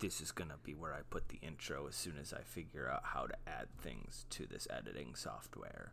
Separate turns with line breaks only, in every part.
this is going to be where I put the intro as soon as I figure out how to add things to this editing software.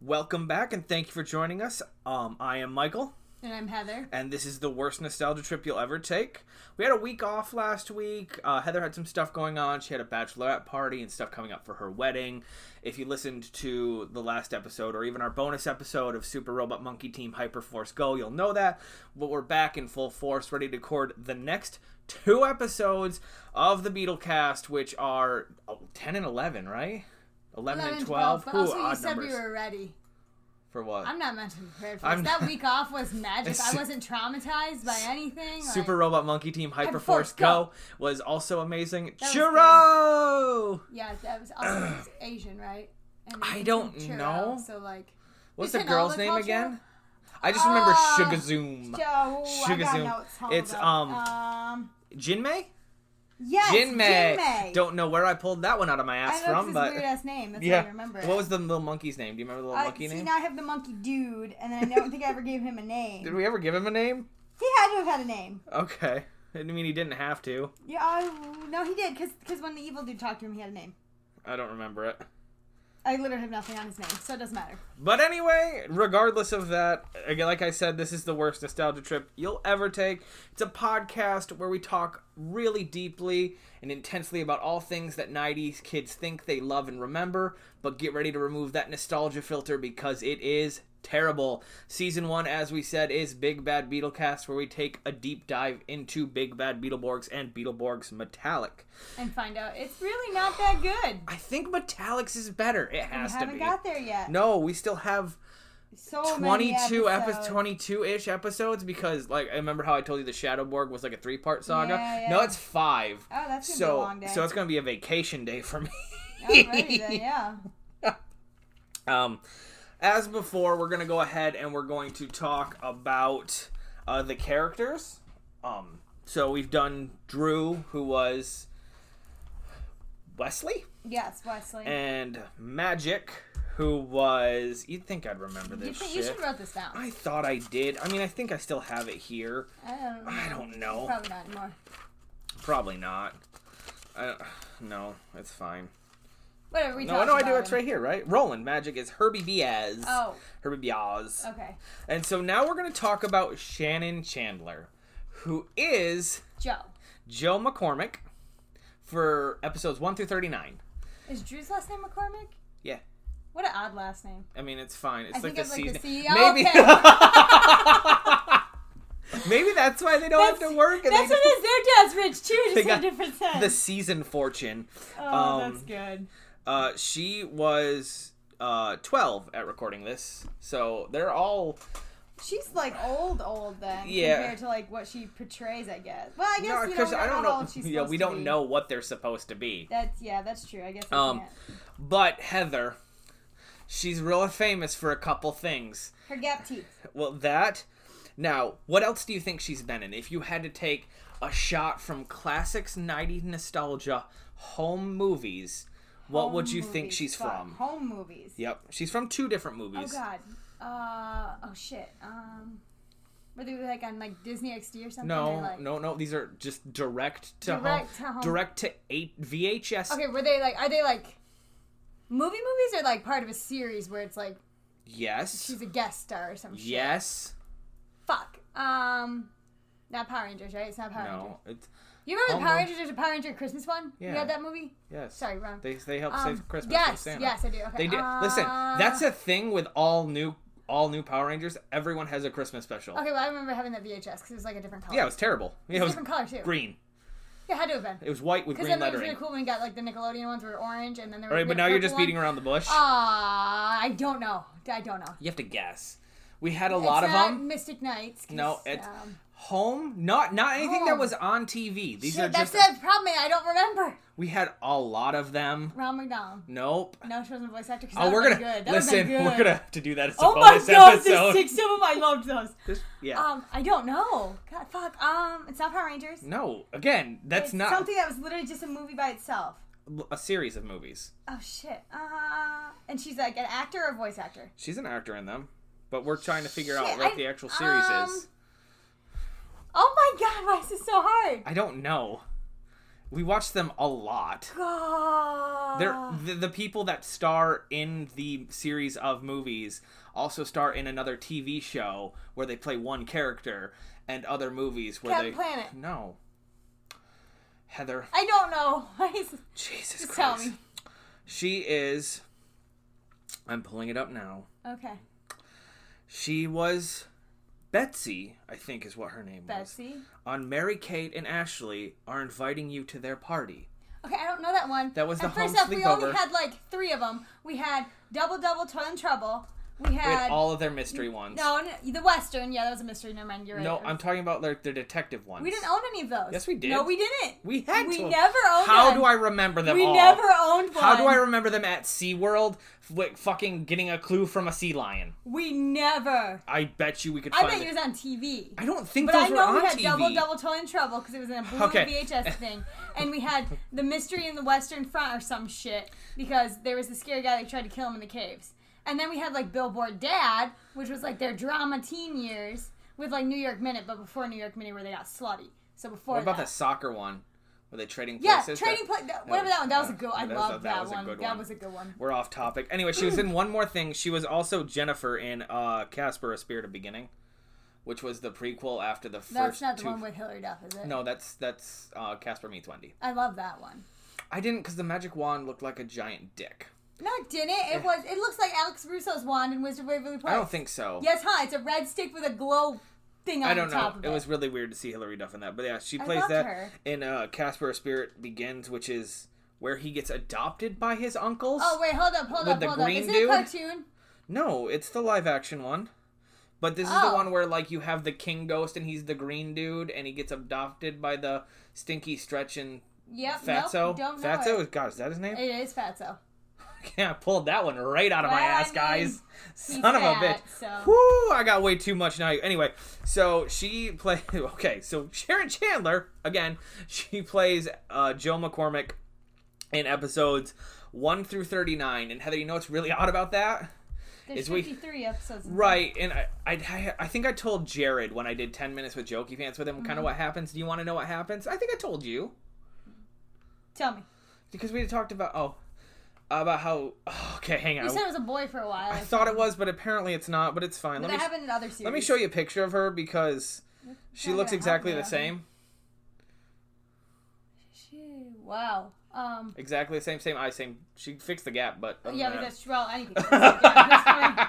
Welcome back and thank you for joining us. Um, I am Michael.
And I'm Heather.
and this is the worst nostalgia trip you'll ever take. We had a week off last week. Uh, Heather had some stuff going on. She had a bachelorette party and stuff coming up for her wedding. If you listened to the last episode or even our bonus episode of Super Robot Monkey Team Hyperforce Go, you'll know that. But we're back in full force, ready to record the next two episodes of the Beetlecast, which are oh, 10 and 11, right? 11,
11
and 12.
But
Ooh,
also, you
odd
said
numbers.
we were ready.
For what?
I'm not mentally prepared for
I'm
this. That week off was magic.
It's-
I wasn't traumatized by anything. like-
Super Robot Monkey Team Hyperforce
Hyperforce
Go
Go.
was also amazing.
was
Churro!
yeah, that was also it was Asian, right? And
I
it's
don't
churro,
know.
So, like,
What's
Is
the
it all
girl's
the
name
culture?
again? I just remember
Uh,
Sugazoom.
oh, I
Sugar
got
Zoom.
notes. Hold
It's,
up.
um,
um,
Jinmei?
yes,
Jinmei.
Jinmei.
Don't know where I pulled that one out of my
I
ass
know
from,
this
but
weird ass name. That's
yeah.
how I remember it.
What was the little monkey's name? Do you remember the little
uh,
monkey
see,
name?
now I have the monkey dude, and then I don't think I ever gave him a name.
Did we ever give him a name?
He had to have had a name.
Okay. I mean, he didn't have to.
Yeah, I, no, he did, because when the evil dude talked to him, he had a name.
I don't remember it.
I literally have nothing on his name, so it doesn't matter.
But anyway, regardless of that, again, like I said, this is the worst nostalgia trip you'll ever take. It's a podcast where we talk really deeply and intensely about all things that 90s kids think they love and remember, but get ready to remove that nostalgia filter because it is terrible. Season 1, as we said, is Big Bad Beetlecast, where we take a deep dive into Big Bad Beetleborgs and Beetleborgs Metallic.
And find out it's really not that good.
I think Metallics is better. It
We
has to
haven't
be.
got there yet.
No, we still have
so
22 episodes,
episodes.
22 ish episodes because like I remember how I told you the Shadow Borg was like a three part saga.
Yeah,
No,
yeah.
it's five.
Oh, that's gonna be a
so
long day.
so it's gonna be a vacation day for me.
Alrighty then, yeah.
Um, as before, we're gonna go ahead and we're going to talk about uh, the characters. Um, so we've done Drew, who was Wesley,
Yes, Wesley.
and Magic, who was you'd think I'd remember this
you, should-
shit.
you should wrote this down. I,
I thought I did. I mean, I think I still have it here.
don't know.
I don't know.
Probably not anymore.
Probably not. I, no, it's fine.
Whatever we
No, I
talked
know I
about
do. It's
him.
right here, right? Roland Magic is Herbie Diaz.
Oh,
Herbie Diaz.
okay.
And so now we're going to talk about Shannon Chandler, who is
Joe.
Joe McCormick for episodes 1 through 39.
Is Drew's last name McCormick?
Yeah.
What an odd last name.
I mean, it's fine. It's
I
like
think
the
it's like the
season.
C- Oh,
Maybe that's why they don't have
That's-
to work. And they
That's what
just,
it is. Their dad's rich too. Just
They
in
got
a different sense.
the season fortune.
oh,
um,
that's good.
Uh, she was uh 12 at recording this, so they're all
She's like old, old then.
Yeah.
Compared to like what she portrays, I guess. Well, I guess
No,
you know,
I don't
not
know.
Old she's
Yeah,
supposed
we
to
don't
be.
know what they're supposed to be.
That's yeah, that's true. I guess. I
Um,
can't.
But Heather, she's real famous for a couple things.
her gap teeth.
Well, that. Now, what else do you think she's been in? If you had to take a shot from classics 90s nostalgia home movies, what
Home
would you think
movies.
she's
Fuck,
from?
Home movies.
Yep, she's from two different
Oh
movies.
God. Uh oh shit. Um, were they like on like Disney XD or something?
No,
or, like,
no, no. These are just direct to
Direct
home,
to home.
direct to eight VHS.
Okay, were they like? Are they like? Movie movies are like part of a series where it's like
Yes,
she's a guest star or some shit.
yes.
Fuck. Um, not Power Rangers, right? It's not Power Rangers.
No, it's
You remember the Power
Almost.
Rangers? There's a Power Ranger Christmas one.
Yeah.
You had that movie.
yes.
Sorry, wrong.
They they help
Um,
save Christmas. with
Yes,
Santa.
yes, I do. Okay.
They did. Listen,
Uh,
that's a thing with all new all new Power Rangers. Everyone has a Christmas special.
Okay, well, I remember having that VHS because it was like a different color.
Yeah, it was terrible. Yeah, it was
different color too.
green.
Yeah, had to have been.
It was white with
Because
green
then it was really
lettering.
cool when we got like the Nickelodeon ones were orange, and then there were.
All right, but now you're just beating around the bush.
Ah, I don't know. I don't know.
you have to guess. We had a lot
it's
of
not
them.
Mystic Knights. 'cause,
No, it's-
um,
Home, not not anything that
Home.
was on TV. These
shit,
are just.
that's the problem. I don't remember.
We had a lot of them.
Ron McDonald.
Nope.
No, she wasn't a voice actor. 'cause
Oh,
that
we're
would've
gonna
been good. That would've
listen.
been good.
We're gonna have to do that as a
Oh my
bonus
god,
episode.
there's six of them. I loved those.
This- yeah.
Um, I don't know. God, fuck. Um, it's not Power Rangers.
no, again, that's
It's
not
something that was literally just a movie by itself.
a series of movies.
Oh shit. Uh, and she's like an actor or voice actor.
She's an actor in them. but we're trying to figure out
Shit,
what
I-
the actual series
um,
is.
Oh my god, why is this so hard?
I don't know. We watch them a lot.
God.
They're the, the people that star in the series of movies also star in another TV show where they play one character and other movies where
Captain
they
Planet.
No. Heather,
I don't know. Why is this?
Jesus
Just tell
Christ.
me.
She is I'm pulling it up now.
Okay.
She was Betsy, I think is what her name was.
Betsy.
On Mary Kate and Ashley are inviting you to their party.
Okay, I don't know that one.
That was the
and first
home
off, we only
sleepover.
had like three of them. We had Double Double Toil and Trouble. We had,
We had all of their mystery ones.
no, no, the Western. Yeah, that was a mystery. Never mind. You're right.
No, I'm talking about their, their detective ones.
We didn't own any of those.
Yes, we did.
No, we didn't.
We had
We
to.
never owned
How
one.
do I remember them
We
all?
never owned one.
How do I remember them at SeaWorld? Like fucking getting a clue from a sea lion.
we never.
I bet you we could
I
find
bet
it.
it was on TV.
I don't think
But
those
I
were
know
on
we had
TV.
double double toil and trouble because it was in a blue
Okay.
VHS thing, and we had the mystery in the Western Front or some shit because there was the scary guy that tried to kill him in the caves, and then we had like Billboard Dad, which was like their drama teen years with like New York Minute, but before New York Minute where they got slutty. So before
What about
that,
the soccer one? Were they trading
yeah,
places?
trading
That-
place, whatever that one. That was a good. I
That was-
loved
that
that,
was a
one.
good
That
one.
was a good one.
We're off topic. Anyway, she was in one more thing. She was also Jennifer in uh, Casper: A Spirit of Beginning, which was the prequel after the first.
That's not the
two-
one with Hillary Duff, is it?
No, that's that's uh, Casper meets Wendy.
I love that one.
I didn't because the magic wand looked like a giant dick.
No, it didn't. It was. It looks like Alex Russo's wand in Wizard of Waverly Place.
I don't think so.
Yes, huh? It's a red stick with a glow thing on
I don't
the top
know.
of
It was really weird to see Hillary Duff in that, but yeah, she
I
plays
loved
that
her.
in uh, Casper: A Spirit Begins, which is where he gets adopted by his uncles.
Oh wait, hold up, hold
With
up,
the
hold up.
green
Is it
dude?
a cartoon?
No, it's the live action one. But this is the
Oh.
one where like you have the king ghost and he's the green dude and he gets adopted by the stinky stretch and
Yep.
Fatso.
Nope, don't know
Fatso
It.
is God, is that his name?
it is Fatso.
yeah, I pulled that one right out of my
Well, I
ass,
mean,
guys.
He's
Son of a bitch.
fat, So.
Whoo, I got way too much now. Anyway, so she play okay, so Sharon Chandler, again, she plays uh Joe McCormick in episodes one through thirty nine. And Heather, you know what's really odd about that?
There's
is we-
53 episodes. in
Right, and I, I, I think I told Jared when I did ten minutes with Jokey Pants with him, kind
Mm-hmm.
of what happens. Do you want to know what happens? I think I told you
there. Tell me.
because we had talked about oh, about how okay, hang on.
You said it was a boy for a while.
I thought it was, but apparently it's not. But it's fine. Let
But that
me sh-
happened in other series.
let me show you a picture of her because she
not
looks
gonna help
exactly
me,
the
I
same.
She, wow. Um.
Exactly the same, same eye, same. She fixed the gap, but other
Yeah,
than
but
that-
that's well. Anything. Yeah, that's fine.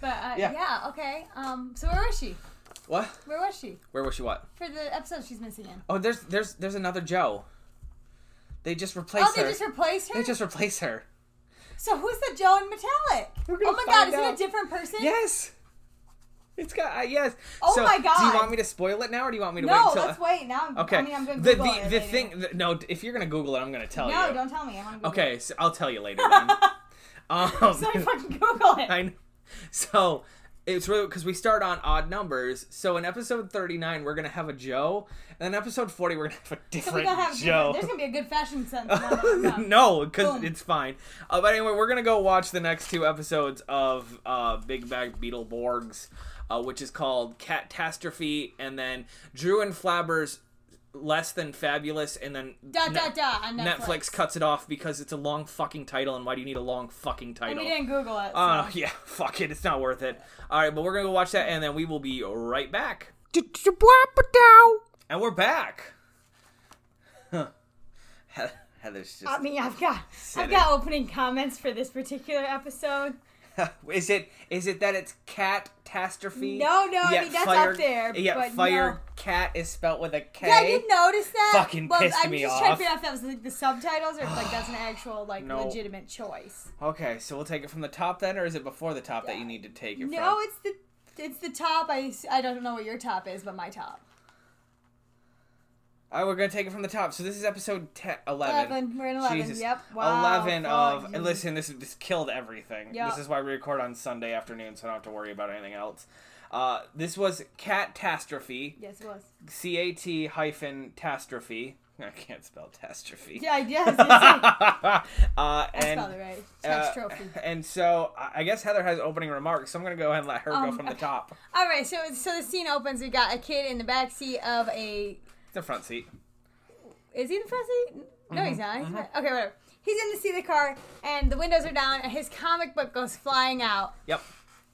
But uh,
Yeah.
yeah. okay. Um. So where was she?
what?
Where was she
Where was she? What?
for the episode she's missing in?
Oh, there's there's there's another Joe. They just replaced
Oh, they
her.
just replaced her.
They just replaced her.
So who's the Joe and Metallic?
We're gonna
Oh my god,
find
is it
out.
a different person?
Yes. It's got uh, yes.
Oh
So,
my
Do you
God.
want me to spoil it now, or do you want me to
No,
wait until?
let's wait. Now I'm,
okay.
I mean, I'm gonna
the
Google
the,
it
the
later.
thing. th- no, if you're gonna Google it, I'm gonna tell
No,
you.
don't tell me. I want to Google it.
Okay, so I'll tell you later. Then. um,
Somebody fucking Google it.
I know. So it's really because we start on odd numbers. So in episode 39, we're gonna have a Joe, and in episode 40, we're gonna have a
So we
different
don't have
Joe.
There's gonna be a good fashion sense. in that one.
no, because
Boom.
it's fine. Uh, but anyway, we're gonna go watch the next two episodes of uh, Big Bag Beetleborgs, uh, which is called Catastrophe, and then Drew and Flabbers Less Than Fabulous, and then
Da
Ne-
da da on Netflix.
Netflix. cuts it off because it's a long fucking title, and why do you need a long fucking
And
title?
we didn't Google it. So.
Oh yeah, fuck it, it's not worth it. All right, but we're gonna go watch that, and then we will be right back. And we're back. Huh. Heather's just.
I mean, I've got
Said
I've got opening comments for this particular episode.
Is it is it that it's catastrophe?
No, no, I
Yet
mean, that's up there,
Yet
but
fire
no.
cat is spelt with a K.
Yeah, you noticed that?
Fucking
well,
pissed
I'm
me
just trying
off.
to figure out if that was like the subtitles or if like that's an actual like
No.
legitimate choice.
Okay, so we'll take it from the top then, or is it before the top that you need to take it
No,
from?
it's the it's the top. I s- I don't know what your top is, but my top.
All right, we're gonna take it from the top. So this is episode te- 11.
11. We're in 11.
Jesus.
Yep. Wow.
11
Fuck
of.
you.
Listen, this this killed everything.
Yeah.
This is why we record on Sunday afternoon, so I don't have to worry about anything else. Uh, this was catastrophe.
Yes, it was.
C A T hyphen catastrophe. I can't spell catastrophe.
Yeah, I guess. It's like,
uh,
I
and,
spelled it right.
uh,
Chess trophy.
and so I I guess Heather has opening remarks, so I'm gonna go ahead and let her go
Um,
from the
okay.
top.
All right, so so the scene opens. We've got a kid in the back seat of a.
The front seat.
Is he in the front seat? No,
Mm-hmm,
he's not. He's not. Okay, whatever. He's in the seat of the car, and the windows are down, and his comic book goes flying out.
Yep.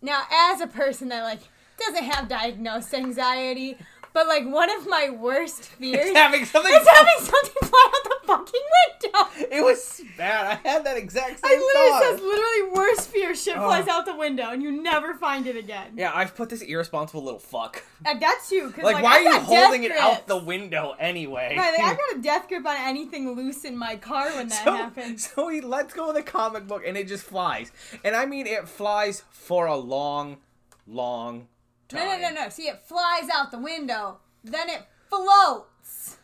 Now, as a person that like doesn't have diagnosed anxiety, but like one of my worst fears
It's having something.
is having something fly out the fucking window.
It was bad. I had that exact same
It literally
thought.
says literally worst fear shit
Oh.
flies out the window and you never find it again.
yeah, I've put this irresponsible little fuck.
And that's you. 'cause,
Like,
like
why are
I've
you
got death
holding it out
grips.
the window anyway?
Right, like, I've got a death grip on anything loose in my car when that
so,
happens.
so he lets go of the comic book and it just flies. And I mean, it flies for a long, long time.
No, no, no, no. See, it flies out the window, then it floats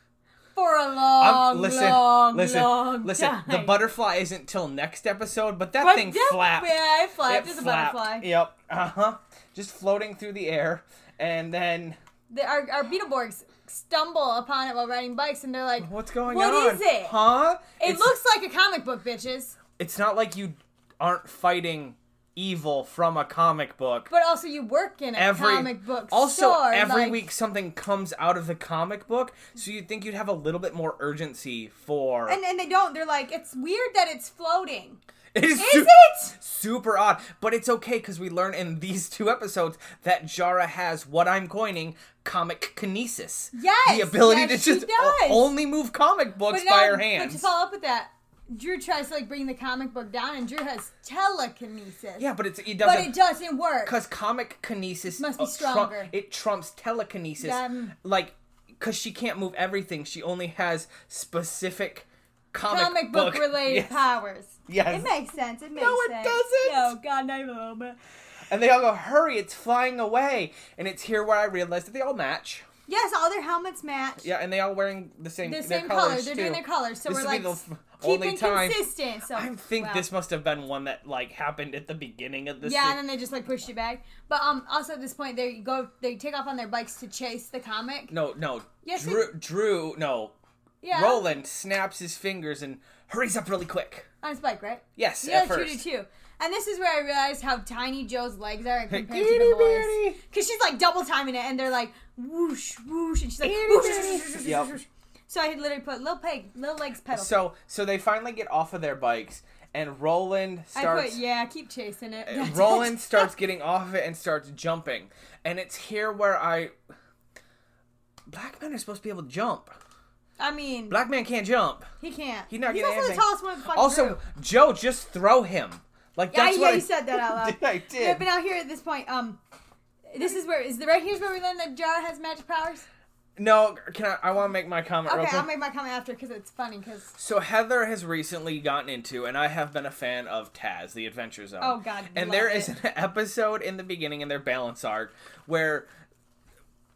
for a long,
I'm, listen,
long,
listen,
long
listen.
time.
The butterfly isn't till next episode, but that
But
thing
yeah,
flapped.
Yeah, it
It
flapped. It's a
flapped.
butterfly.
Yep. Uh huh. Just floating through the air, and then
The, our, our Beetleborgs stumble upon it while riding bikes, and they're like,
what's going
What
on?
is it?
Huh?
"It
it's,
looks like a comic book, bitches."
It's not like you aren't fighting evil from a comic book.
But also, you work in a
every
comic book
also
store.
every
like-
week something comes out of the comic book, so you'd think you'd have a little bit more urgency for.
and and they don't. They're like, "It's weird that it's floating."
it is
Is
su-
it?
super odd, but it's okay because we learn in these two episodes that Jara has what I'm coining comic kinesis.
Yes,
the ability
yes,
to
she
just o-
does.
only move comic books by
now-
her
But to
hands.
follow up with that, Drew tries to like bring the comic book down, and Drew has telekinesis.
Yeah, but it's, it
but
doesn't
it doesn't work.
because comic kinesis
Must be
uh, trump-
stronger.
it trumps telekinesis,
Um,
like because she can't move everything. She only has specific comic,
Comic book, related
Yes,
powers.
yes.
It makes sense. It makes
it
sense.
doesn't.
No, God, not even a little bit.
and they all go, "Hurry! It's flying away!" And it's here where I realize that they all match.
Yes, all their helmets match.
Yeah, and they all wearing the same
The
their
same
colors
color. They're
too.
doing their colors, so
This
we're
will be
like
the
s-
f-
keeping
only time.
consistent. So
I think
wow.
this must have been one that like happened at the beginning of the
Yeah, and
se-
then they just like pushed you back. But um, also at this point, they go, they take off on their bikes to chase the comic.
no, no.
Yes,
Drew, Drew, no.
Yeah,
Roland snaps his fingers and hurries up really quick.
on his bike, right?
Yes,
Yeah,
at
two
first.
to two. And this is where I realized how tiny Joe's legs are compared to
Itty
the boys.
bitty.
Because she's like double timing it, and they're like whoosh, whoosh, and she's like
Itty
whoosh.
bitty.
whoosh, whoosh,
Yep.
whoosh. So I had literally put little peg, little legs pedal.
So so they finally get off of their bikes and Roland
I
starts uh,
put yeah, keep chasing it. That's
Roland
it.
starts getting off of it and starts jumping. And it's here where I Black men are supposed to be able to jump.
I mean,
Black man can't jump.
he can't.
He's not
He's
getting
also
anything.
the tallest one of the fucking
Also,
group.
Joe, just throw him. Like
Yeah,
that's
yeah,
what
you
I,
said that out loud.
I did.
Yeah, but now here at this point, um, this is where is the right here's where we learn that Jara has magic powers.
No, can I? I want to make my comment
Okay,
real quick.
I'll make my comment after because it's funny. Because
so Heather has recently gotten into, and I have been a fan of Taz, the Adventure Zone.
Oh, God,
And
love
there
it.
is an episode in the beginning in their balance arc where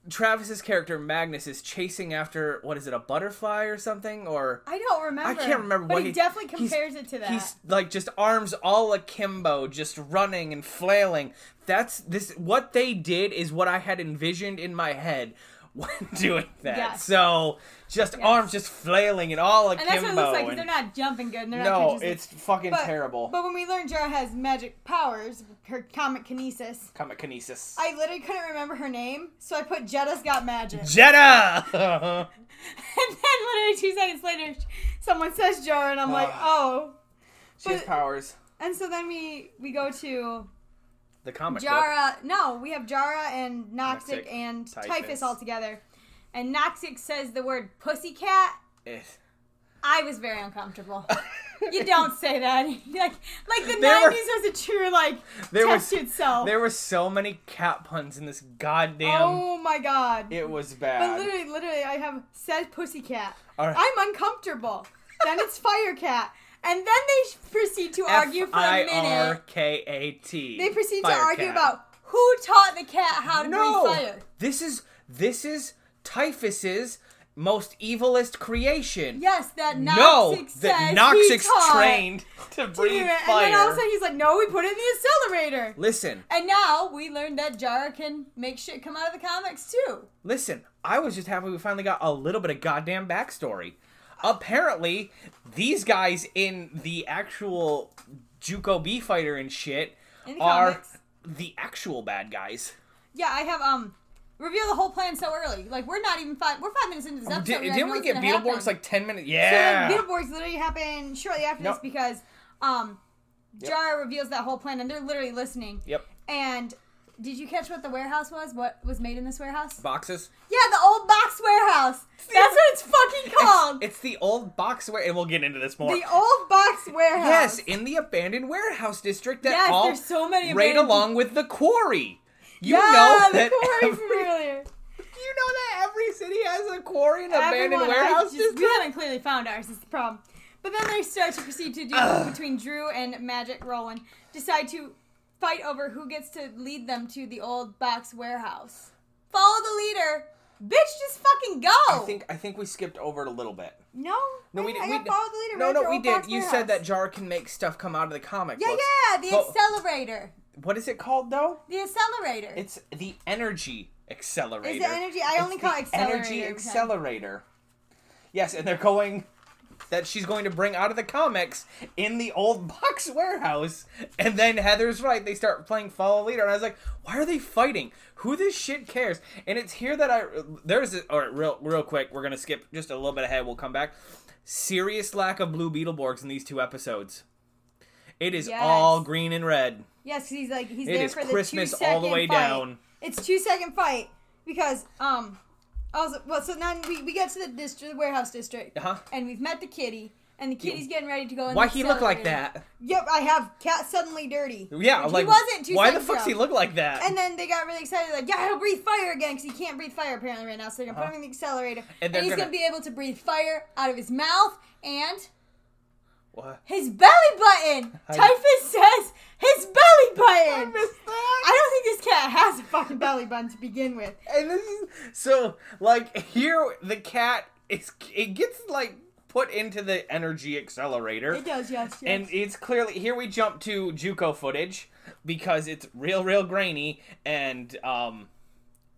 Travis's character Magnus is chasing after what is it, a butterfly or something, or
I don't remember.
I can't remember
But
what
he,
he-
definitely
he's-
compares it to that.
He's like just arms all akimbo, just running and flailing. That's this. What they did is what I had envisioned in my head when doing that.
Yes.
So just arms just flailing and all
and
akimbo.
that's what it looks like. 'cause
and-
They're not jumping good. And they're not
no,
catching
it's fucking
but,
terrible.
But when we learn Jara has magic powers, her comic kinesis,
Comic kinesis.
I literally couldn't remember her name, so I put Jetta's got magic.
Jetta.
and then literally two seconds later, someone says Jara, and I'm like,
Ah.
oh.
she has
But-
powers.
And so then we we go to
The comic book.
Jara. No, we have Jara and Noxic,
Noxic,
and
Typhus.
Typhus. all together. And Noxic says the word pussycat.
Eh.
I was very uncomfortable. you don't say that. like, like the
There were-
nineties was a true like
There was-
test yourself.
There were so many cat puns in this goddamn.
oh my god.
It was
but
bad.
literally, literally, I have said pussycat.
All right.
I'm uncomfortable. then it's fire cat, and then they sh- proceed to argue for a minute.
F-I-R-K-A-T.
They proceed to
Fire
argue
cat.
about who taught the cat how to breathe fire.
This is this is typhus's most evilest creation.
Yes, that Noxic
no,
says
that
he
Noxic's
taught
trained to breathe
Peter. And
fire.
then also he's like, no, we put it in the accelerator.
listen,
And now we learned that Jara can make shit come out of the comics too.
listen. I was just happy we finally got a little bit of goddamn backstory. Apparently, these guys in the actual Juco B fighter and shit
In the
are
comics.
the actual bad guys.
Yeah, I have um reveal the whole plan so early. Like we're not even five. We're five minutes into this episode.
Did,
already
Oh, didn't
know
we
what's
get
gonna
Beetleborgs
happen.
like ten minutes?
So, like,
Yeah.
Beetleborgs literally happen shortly after
Nope.
this because um Jara reveals that whole plan and they're literally listening.
yep.
And did you catch what the warehouse was? What was made in this warehouse?
Boxes.
Yeah, the old box warehouse. That's what it's fucking called.
It's the old box where, and we'll get into this more.
the old box
Yes,
warehouse.
in the abandoned warehouse district that
Yes,
all
there's so many
right
abandoned-
along with the quarry. You
yeah,
know
the
that
quarry
every,
from earlier.
you know that every city has a quarry and abandoned
Everyone, I
warehouse
just-
district.
We haven't clearly found ours. Is the problem. But then they start to proceed to do between Drew and Magic Roland decide to fight over who gets to lead them to the old box warehouse. Follow the leader, bitch. Just fucking go.
I think I think we skipped over it a little bit.
no,
No,
I-
we
I
didn't.
got
we,
follow the leader.
no,
right
no,
to
we
old
did.
box
You
warehouse.
said that Jar can make stuff come out of the comic
Yeah,
books.
yeah. The
But-
accelerator.
What is it called though?
The accelerator.
It's the energy accelerator.
Is the energy? I
It's
only call
the
it accelerator.
energy
every time.
accelerator. Yes, and they're going that she's going to bring out of the comics in the old box warehouse. And then Heather's right; they start playing follow leader, and I was like, "Why are they fighting? Who this shit cares?" And it's here that I there's a, all right, real real quick. We're gonna skip just a little bit ahead. We'll come back. Serious lack of blue Beetleborgs in these two episodes. It is
Yes.
all green and red.
Yes, 'cause he's like he's
It
there
is
for the
Christmas
two
all the
second
way
fight.
down.
It's two second fight because um also well so now we, we get to the district the warehouse district
Uh-huh.
and we've met the kitty and the kitty's getting ready to go. in
Why
the
he look like
accelerator.
that?
Yep, I have cat suddenly dirty.
Yeah,
Which
like
he wasn't. Two
why the
seconds
fuck's he
ago.
look like that?
And then they got really excited, like, yeah, he'll breathe fire again, because he can't breathe fire apparently right now, so they're gonna put him in the accelerator. And,
Uh-huh. they're
he's
gonna-
gonna be able to breathe fire out of his mouth and
What?
his belly button.
I-
Typhus says his belly button.
that.
I don't think this cat has a fucking belly button to begin with.
and this is so like here the cat is it gets like put into the energy accelerator
It does, yes, yes.
and it's clearly here we jump to JUCO footage because it's real real grainy and um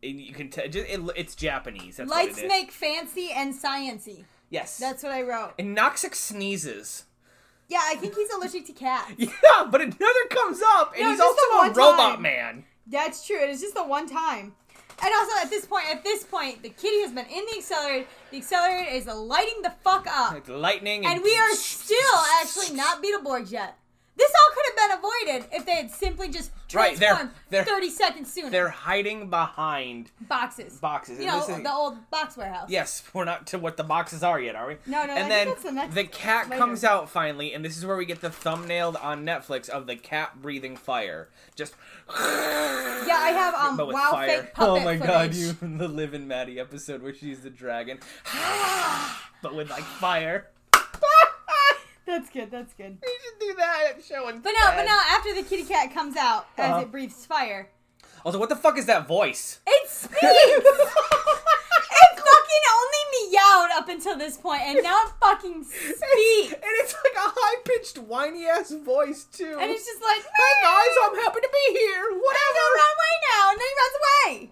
and you can tell just it, it's Japanese that's what
Lights
it is.
make fancy and sciency.
yes
That's what I wrote.
and Noxic sneezes
Yeah, I think he's allergic to cats.
yeah but another comes up and
No,
he's
just the
also a
one
robot
time.
man
That's true. It is just the one time. And also at this point, at this point, the kitty has been in the accelerator. The accelerator is lighting the fuck up,
like lightning and,
and we are still actually not Beetleborgs yet. This all could have been avoided if they had simply just
Right, they're-
transformed
they're-
thirty seconds sooner.
they're hiding behind
boxes,
boxes
you
and
know,
this is-
the old box warehouse.
Yes, we're not to what the boxes are yet, are we?
No, no,
And
I think
then
that's the next-
the cat
later.
comes out finally, and this is where we get the thumbnailed on Netflix of the cat breathing fire. Just
Yeah, I have um
but with
wow
fire.
fake puppet
oh my
footage.
god, you the Live in Maddie episode where she's the dragon, but with like fire.
That's good. That's good.
We should do that at show and
But no, but no. After the kitty cat comes out
Uh-huh.
as it breathes fire,
Also, what the fuck is that voice?
it speaks. it fucking only meowed up until this point, and now it fucking speaks,
And it's like a high pitched whiny ass voice too.
and it's just like,
Hey guys, I'm happy to be here.
go
Whatever.
run away now, and then he runs away.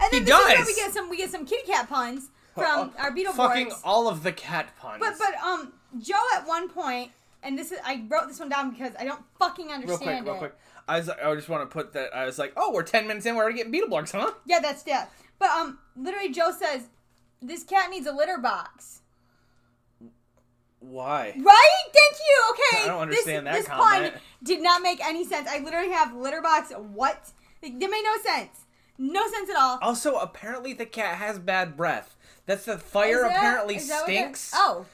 And then
He
this is where
does.
we get some we get some kitty cat puns from
Uh,
our Beetleborgs.
Fucking all of the cat puns.
But but um, Joe at one point, and this is I wrote this one down because I don't fucking
real
understand
quick,
it.
real quick. I was like, I just want to put that. I was like, oh, we're ten minutes in. We're already getting Beetleborgs, huh?
Yeah, that's death. But um, literally, Joe says this cat needs a litter box.
Why?
Right? Thank you. Okay.
I don't understand
this,
that
this
comment.
pun did not make any sense. I literally have litter box. What? Like, that made no sense. No sense at all.
Also, apparently the cat has bad breath. That's the fire.
Is that-
apparently
is that what it-
stinks.
Oh,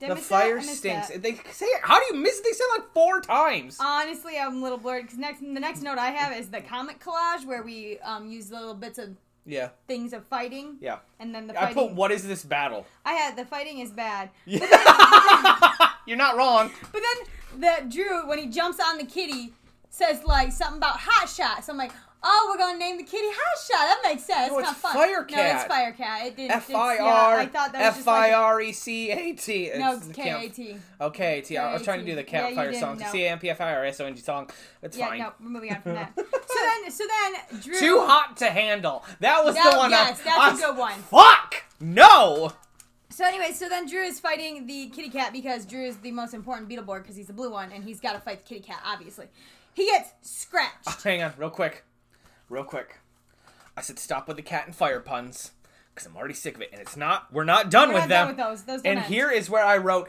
Did I
the
miss that? I
fire
missed
stinks.
that. Um,
They say, how do you miss? it? They said like four times.
Honestly, I'm a little blurred because next the next note I have is the comic collage where we um use little bits of
yeah,
things of fighting.
yeah.
And then the
I
fighting.
put what is this battle?
I had the fighting is bad.
You're not wrong.
But then the Drew, when he jumps on the kitty, says like something about hot shot. So I'm like, Oh, we're gonna name the kitty Hasha. That makes sense.
No,
it's
it's
not fun.
Fire
No, it's
Cat.
Fire Cat. It didn't. it's-
F
yeah,
I R
I thought that was
F
just like
I
a-
R E C A T.
No,
It's-
it's
I
K A
can't-
T.
Okay, T. I was trying to do the
K A T. Yeah, you
Campfire
didn't,
song.
no.
C A M P F I R S O N G song. It's
Yeah,
fine.
no, we're moving on from that. so then, so then, Drew.
Too hot to handle. That was
That-
the one.
yes,
I,
that's
I
a good one.
Fuck no.
So anyway, so then Drew is fighting the kitty cat because Drew is the most important Beetleborg because he's the blue one and he's got to fight the kitty cat. Obviously, he gets scratched.
Hang on, real quick, real quick. I said stop with the cat and fire puns because I'm already sick of it, and it's not. We're not done
We're
with
not
them.
done with those. Those don't
And
end.
here is where I wrote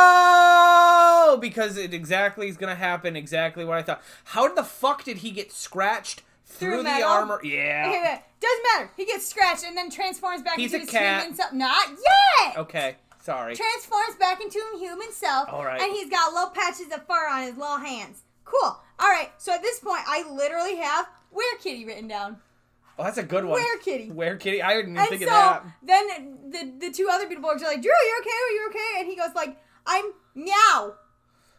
no because it exactly is gonna happen exactly what I thought. How the fuck did he get scratched through, the
metal?
armor?
Okay,
Yeah.
wait, doesn't matter. He gets scratched and then transforms back
He's
into
a
his
cat.
human self. Not yet.
Okay. Sorry.
Transforms back into his human self.
All right.
And he's got little patches of fur on his little hands. Cool. All right. So at this point, I literally have where kitty written down.
Well, Oh, that's a good one.
Where kitty?
Where kitty? I didn't even
And
think
so
of that.
then the the two other Beetleborgs are like, Drew, you okay? Are you okay? And he goes like, I'm meow.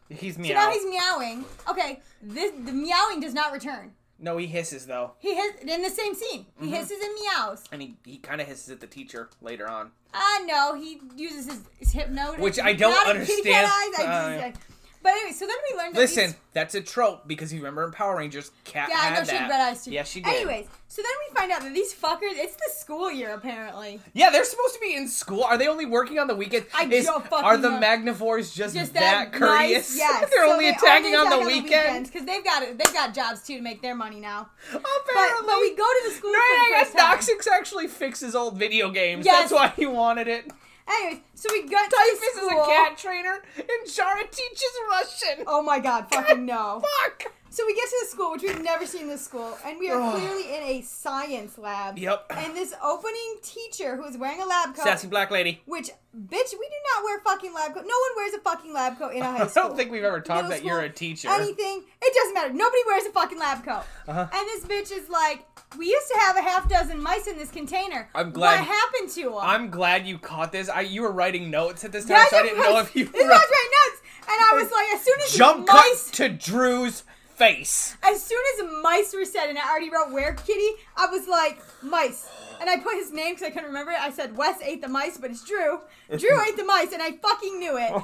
He's
So
meow.
now he's meowing. Okay, this the meowing does not return.
no, he hisses though,
He hiss in the same scene. He
Mm-hmm.
hisses and meows.
and he, he kind of hisses at the teacher later on.
Ah, no, he uses his, his hypnotic.
Which I don't
not a kitty cat
understand.
eyes, I
Uh,
just- but anyway, so then we learned. That
Listen,
these-
that's a trope because you remember in Power Rangers, Cat
yeah, I
had
know
that.
she had red eyes too.
Yeah, she did.
Anyways, so then we find out that these fuckers. It's the school year apparently.
Yeah, they're supposed to be in school. Are they only working on the weekends?
I
Is-
don't fucking
Are the
know.
magnivores just,
Just
that,
that,
courteous?
Nice, yes.
they're
So
only
they
attacking on,
attack
the weekend.
because they've got they've got jobs too to make their money now. But,
Apparently.
but we go to the school.
No,
for the
I
first
guess
time.
Noxix actually fixes old video games.
Yes.
That's why he wanted it.
Anyways, so we got to the
Typhus
school.
is a cat trainer, and Shara teaches Russian.
Oh my god, fucking no.
Fuck.
So we get to the school, which we've never seen this school, and we are
Ugh.
clearly in a science lab.
Yep.
And this opening teacher who is wearing a lab coat,
Sassy black lady.
which bitch, we do not wear fucking lab coat. No one wears a fucking lab coat in a high
I
school.
don't think we've ever talked
Middle
that you're
school,
a teacher.
Anything. It doesn't matter. Nobody wears a fucking lab coat.
Uh-huh.
And this bitch is like, we used to have a half dozen mice in this container.
I'm glad-
What happened to them?
I'm glad you caught this. I you were writing notes at this time,
Yeah,
so I
just
didn't know
writes-
if you
He
wrote-
writes right notes, and I was like, as soon as
jump
mice,
cut to Drew's face.
as soon as mice were said, and I already wrote where kitty, I was like mice, and I put his name because I couldn't remember it. I said Wes ate the mice, but it's Drew. Drew ate the mice, and I fucking knew it. And now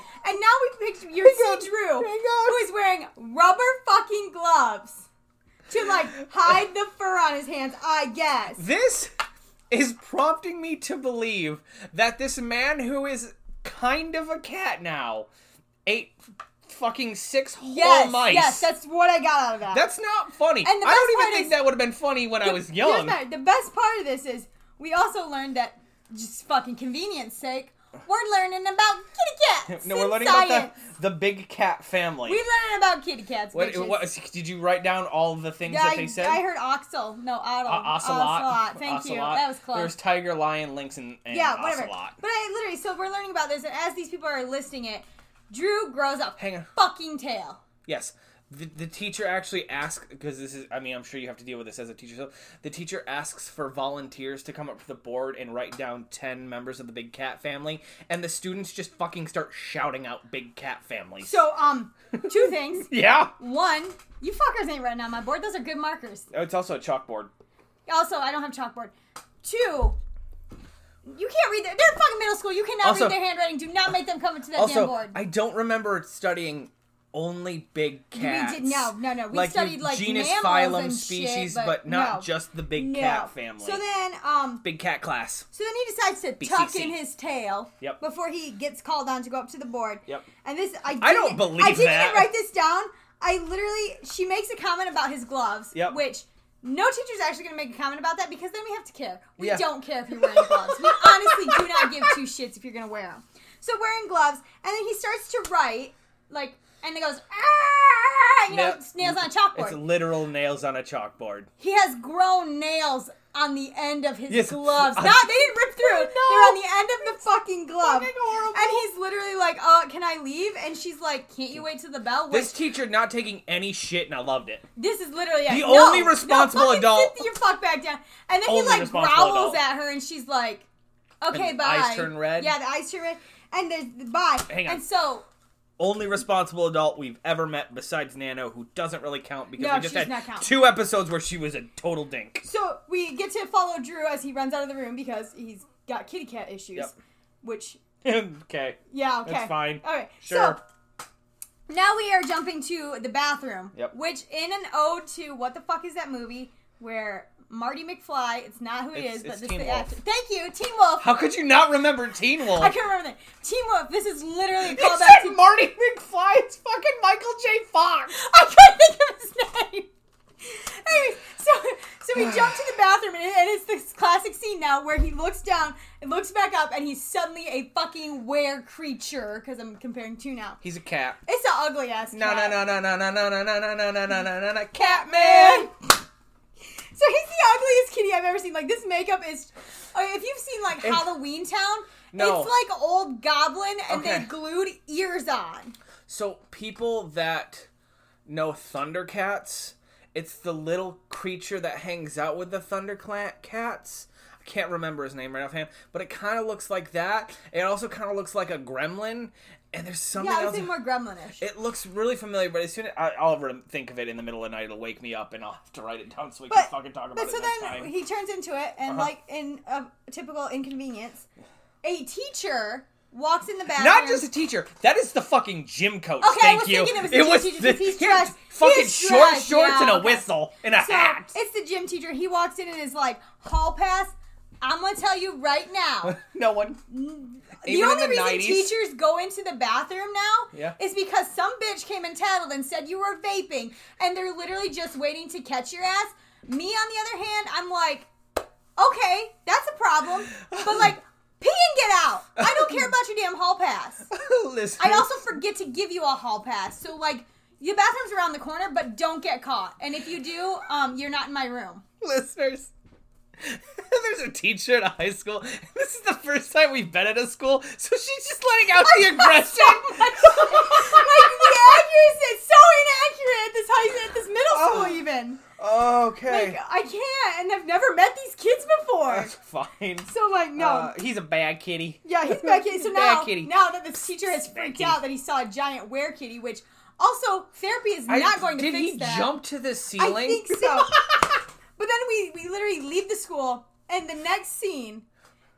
we picture you
on,
see Drew,
hang on.
who is wearing rubber fucking gloves to like hide the fur on his hands. I guess.
This is prompting me to believe that this man who is kind of a cat now ate fucking six whole
Yes,
mice.
yes, that's what I got out of that.
That's not funny.
And the
I don't
best
even
part
think
is-
that would have been funny when I was young.
Here's my- the best part of this is we also learned that just fucking convenience sake, we're learning about kitty cats.
no, we're
in
learning about
science.
the, the big cat family.
We learning about kitty cats.
What-
bitches.
what- did you write down all the things
Yeah,
that
I,
they said?
I heard oxal. No, oddle.
O- ocelot.
Thank you.
Ocelot.
That was close.
There's tiger, lion, lynx, and, and
yeah, whatever.
ocelot.
But I literally, so we're learning about this, and as these people are listing it, Drew grows up.
Hang on.
Fucking tail.
Yes. The, the teacher actually asks because this is I mean I'm sure you have to deal with this as a teacher. So the teacher asks for volunteers to come up to the board and write down 10 members of the big cat family and the students just fucking start shouting out big cat families.
So, um, two things.
yeah.
One, you fuckers ain't writing on my board. Those are good markers.
Oh, It's also a chalkboard.
Also, I don't have chalkboard. Two. You can't read their. They're fucking middle school. You cannot
Also-
read their handwriting. Do not make them come into that damn
Also,
board.
I don't remember studying only big cats.
did- no, no, no. We
like your
studied, like,
genus,
mammals
phylum,
and shit,
species,
but
not
no.
just the big
No.
cat family.
So then, um,
big cat class.
so then he decides to tuck
BCC.
in his tail
Yep.
before he gets called on to go up to the board.
Yep.
And this, I, didn't,
I don't believe
I didn't
that.
even write this down. I literally, she makes a comment about his gloves.
Yep.
Which. No teacher's actually going to make a comment about that because then we have to care. We
Yeah.
don't care if you're wearing gloves. We honestly do not give two shits if you're going to wear them. So wearing gloves, and then he starts to write, like, and he goes, ah, you know,
No.
nails on a chalkboard.
It's literal nails on a chalkboard.
He has grown nails on the end of his
Yes,
gloves.
I-
No, they didn't rip through. They're on the end of the fucking glove.
fucking horrible.
And he's literally like, "Oh, can I leave?" And she's like, "Can't you wait till the bell?"
This
Which-
teacher not taking any shit, and I loved it.
this is literally
The
a,
only
no,
responsible
no, fucking
adult-
Sit your fuck back down. And then
Only
he like
responsible
growls
adult.
at her, and she's like, "Okay,
And the
bye."
eyes turn red.
Yeah, the eyes turn red, and there's bye.
Hang on.
And so
only responsible adult we've ever met besides Nano, who doesn't really count because
No,
we just
she does
had
not count.
two episodes where she was a total dink.
So we get to follow Drew as he runs out of the room because he's got kitty cat issues.
Yep.
Which,
okay,
yeah, okay.
that's fine.
All right.
Sure.
So now we are jumping to the bathroom.
Yep.
Which, in an ode to what the fuck is that movie where Marty McFly, it's not who it
It's-
is, but
it's
this
Teen
the
Wolf.
actor. Thank you, Teen Wolf.
How could you not remember Teen Wolf?
I can't remember that. Teen Wolf, this is literally a
You
callback
said
to.
Marty McFly. It's fucking Michael J. Fox.
I couldn't think of his name. Anyways, so so we jump to the bathroom and, it- and it's this classic scene now where he looks down and looks back up and he's suddenly a fucking were creature because I'm comparing two now.
He's a cat.
It's an ugly ass.
No, no, no, no, no, no, no, no, no, no, no, no, no, no, no, no,
Catman.
Catman.
So he's the ugliest kitty I've ever seen. Like this makeup is. uh, If you've seen like Halloween Town,
No.
it's like old goblin and
Okay.
they glued ears on.
So people that know Thundercats, it's the little creature that hangs out with the Thundercats. I can't remember his name right offhand, but it kind of looks like that. It also kind of looks like a gremlin, and there's something
Yeah, I
else.
would say more gremlinish.
It looks really familiar, but as soon as I, I'll rem- think of it in the middle of the night, it'll wake me up, and I'll have to write it down so we can
But-
fucking talk about
But
it
so
next
then
time.
he turns into it, and
Uh-huh.
like in a typical inconvenience, a teacher walks in the bathroom.
Not just a teacher. That is the fucking gym coach.
Okay, I
Thank
was
you.
thinking it was the gym teacher 'cause he's
he had
dressed-
Fucking
he's
short
dressed,
shorts
yeah,
and a
okay.
whistle and a
so
hat.
it's the gym teacher. He walks in and is like, "Hall pass." I'm gonna tell you right now.
No one.
the
Even in
only
the
reason
nineties.
teachers go into the bathroom now
Yeah.
is because some bitch came and tattled and said you were vaping, and they're literally just waiting to catch your ass. Me, on the other hand, I'm like, okay, that's a problem, but like, pee and get out. I don't care about your damn hall pass.
Listen.
I also forget to give you a hall pass, so like. The bathroom's around the corner, but don't get caught. And if you do, um, you're not in my room.
listeners. There's a teacher at a high school. This is the first time we've been at a school, so she's just letting out the aggression.
like the accuracy is so inaccurate at this high at this middle school
Oh.
even.
okay.
Like I can't, and I've never met these kids before.
That's fine.
So like no.
Uh, he's a bad kitty.
um, yeah, he's back in. So
bad
now,
kitty.
now that this teacher has
Bad
freaked
kitty.
out that he saw a giant were kitty, which also therapy is
I-
not going to
Did
fix
he
that.
jump to the
I
ceiling?
think so. but then we we literally leave the school, and the next scene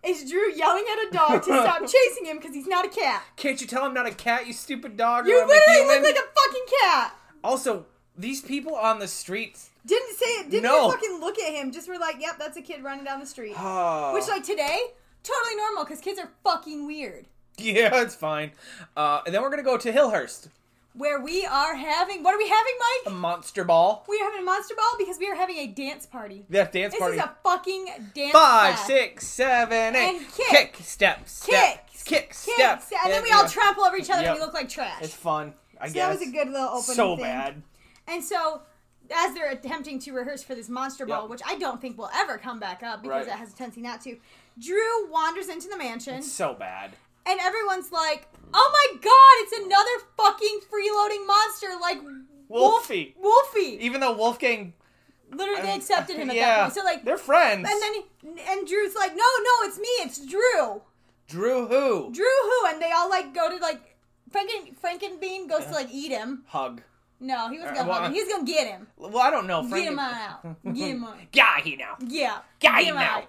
is Drew yelling at a dog to stop chasing him because he's not a cat.
Can't you tell I'm not a cat, you stupid dog?
You
or I'm a
literally
human?
look like a fucking cat.
Also, these people on the streets.
Didn't say it. Didn't
No.
even fucking look at him. Just were like, yep, that's a kid running down the street.
Oh.
Which, like, today, totally normal because kids are fucking weird.
yeah, it's fine. Uh, and then we're gonna go to Hillhurst.
Where we are having, what are we having, Mike?
Monster Ball.
We are having a monster ball because we are having a dance party.
That dance
This
party.
is a fucking dance
Five,
class.
six, seven, eight.
And kick.
step,
kick,
step, kick,
kick,
step.
step, and then we
yeah.
all trample over each other and
Yep.
we look like trash.
It's fun. I
so that
guess.
was a good little opening
So
thing.
bad.
And so, as they're attempting to rehearse for this monster ball,
Yep.
which I don't think will ever come back up because
Right.
it has a tendency not to, Drew wanders into the mansion.
So bad.
and everyone's like, "Oh my god, it's another fucking freeloading monster like
Wolfie.
Wolf- Wolfie."
Even though Wolfgang.
Literally, they accepted him at
yeah,
that point. So like,
they're friends.
and then he- and Drew's like, "No, no, it's me, it's Drew,
Drew who?
Drew who?" And they all like go to like Franken Frankenbean goes to like eat him.
Hug.
No, he wasn't
Uh,
gonna hug
well,
him. He's gonna get him.
Well, I don't know.
Get
Frank.
him out. Get him out.
Guy, he now.
Yeah.
Guy,
get him
now.
out.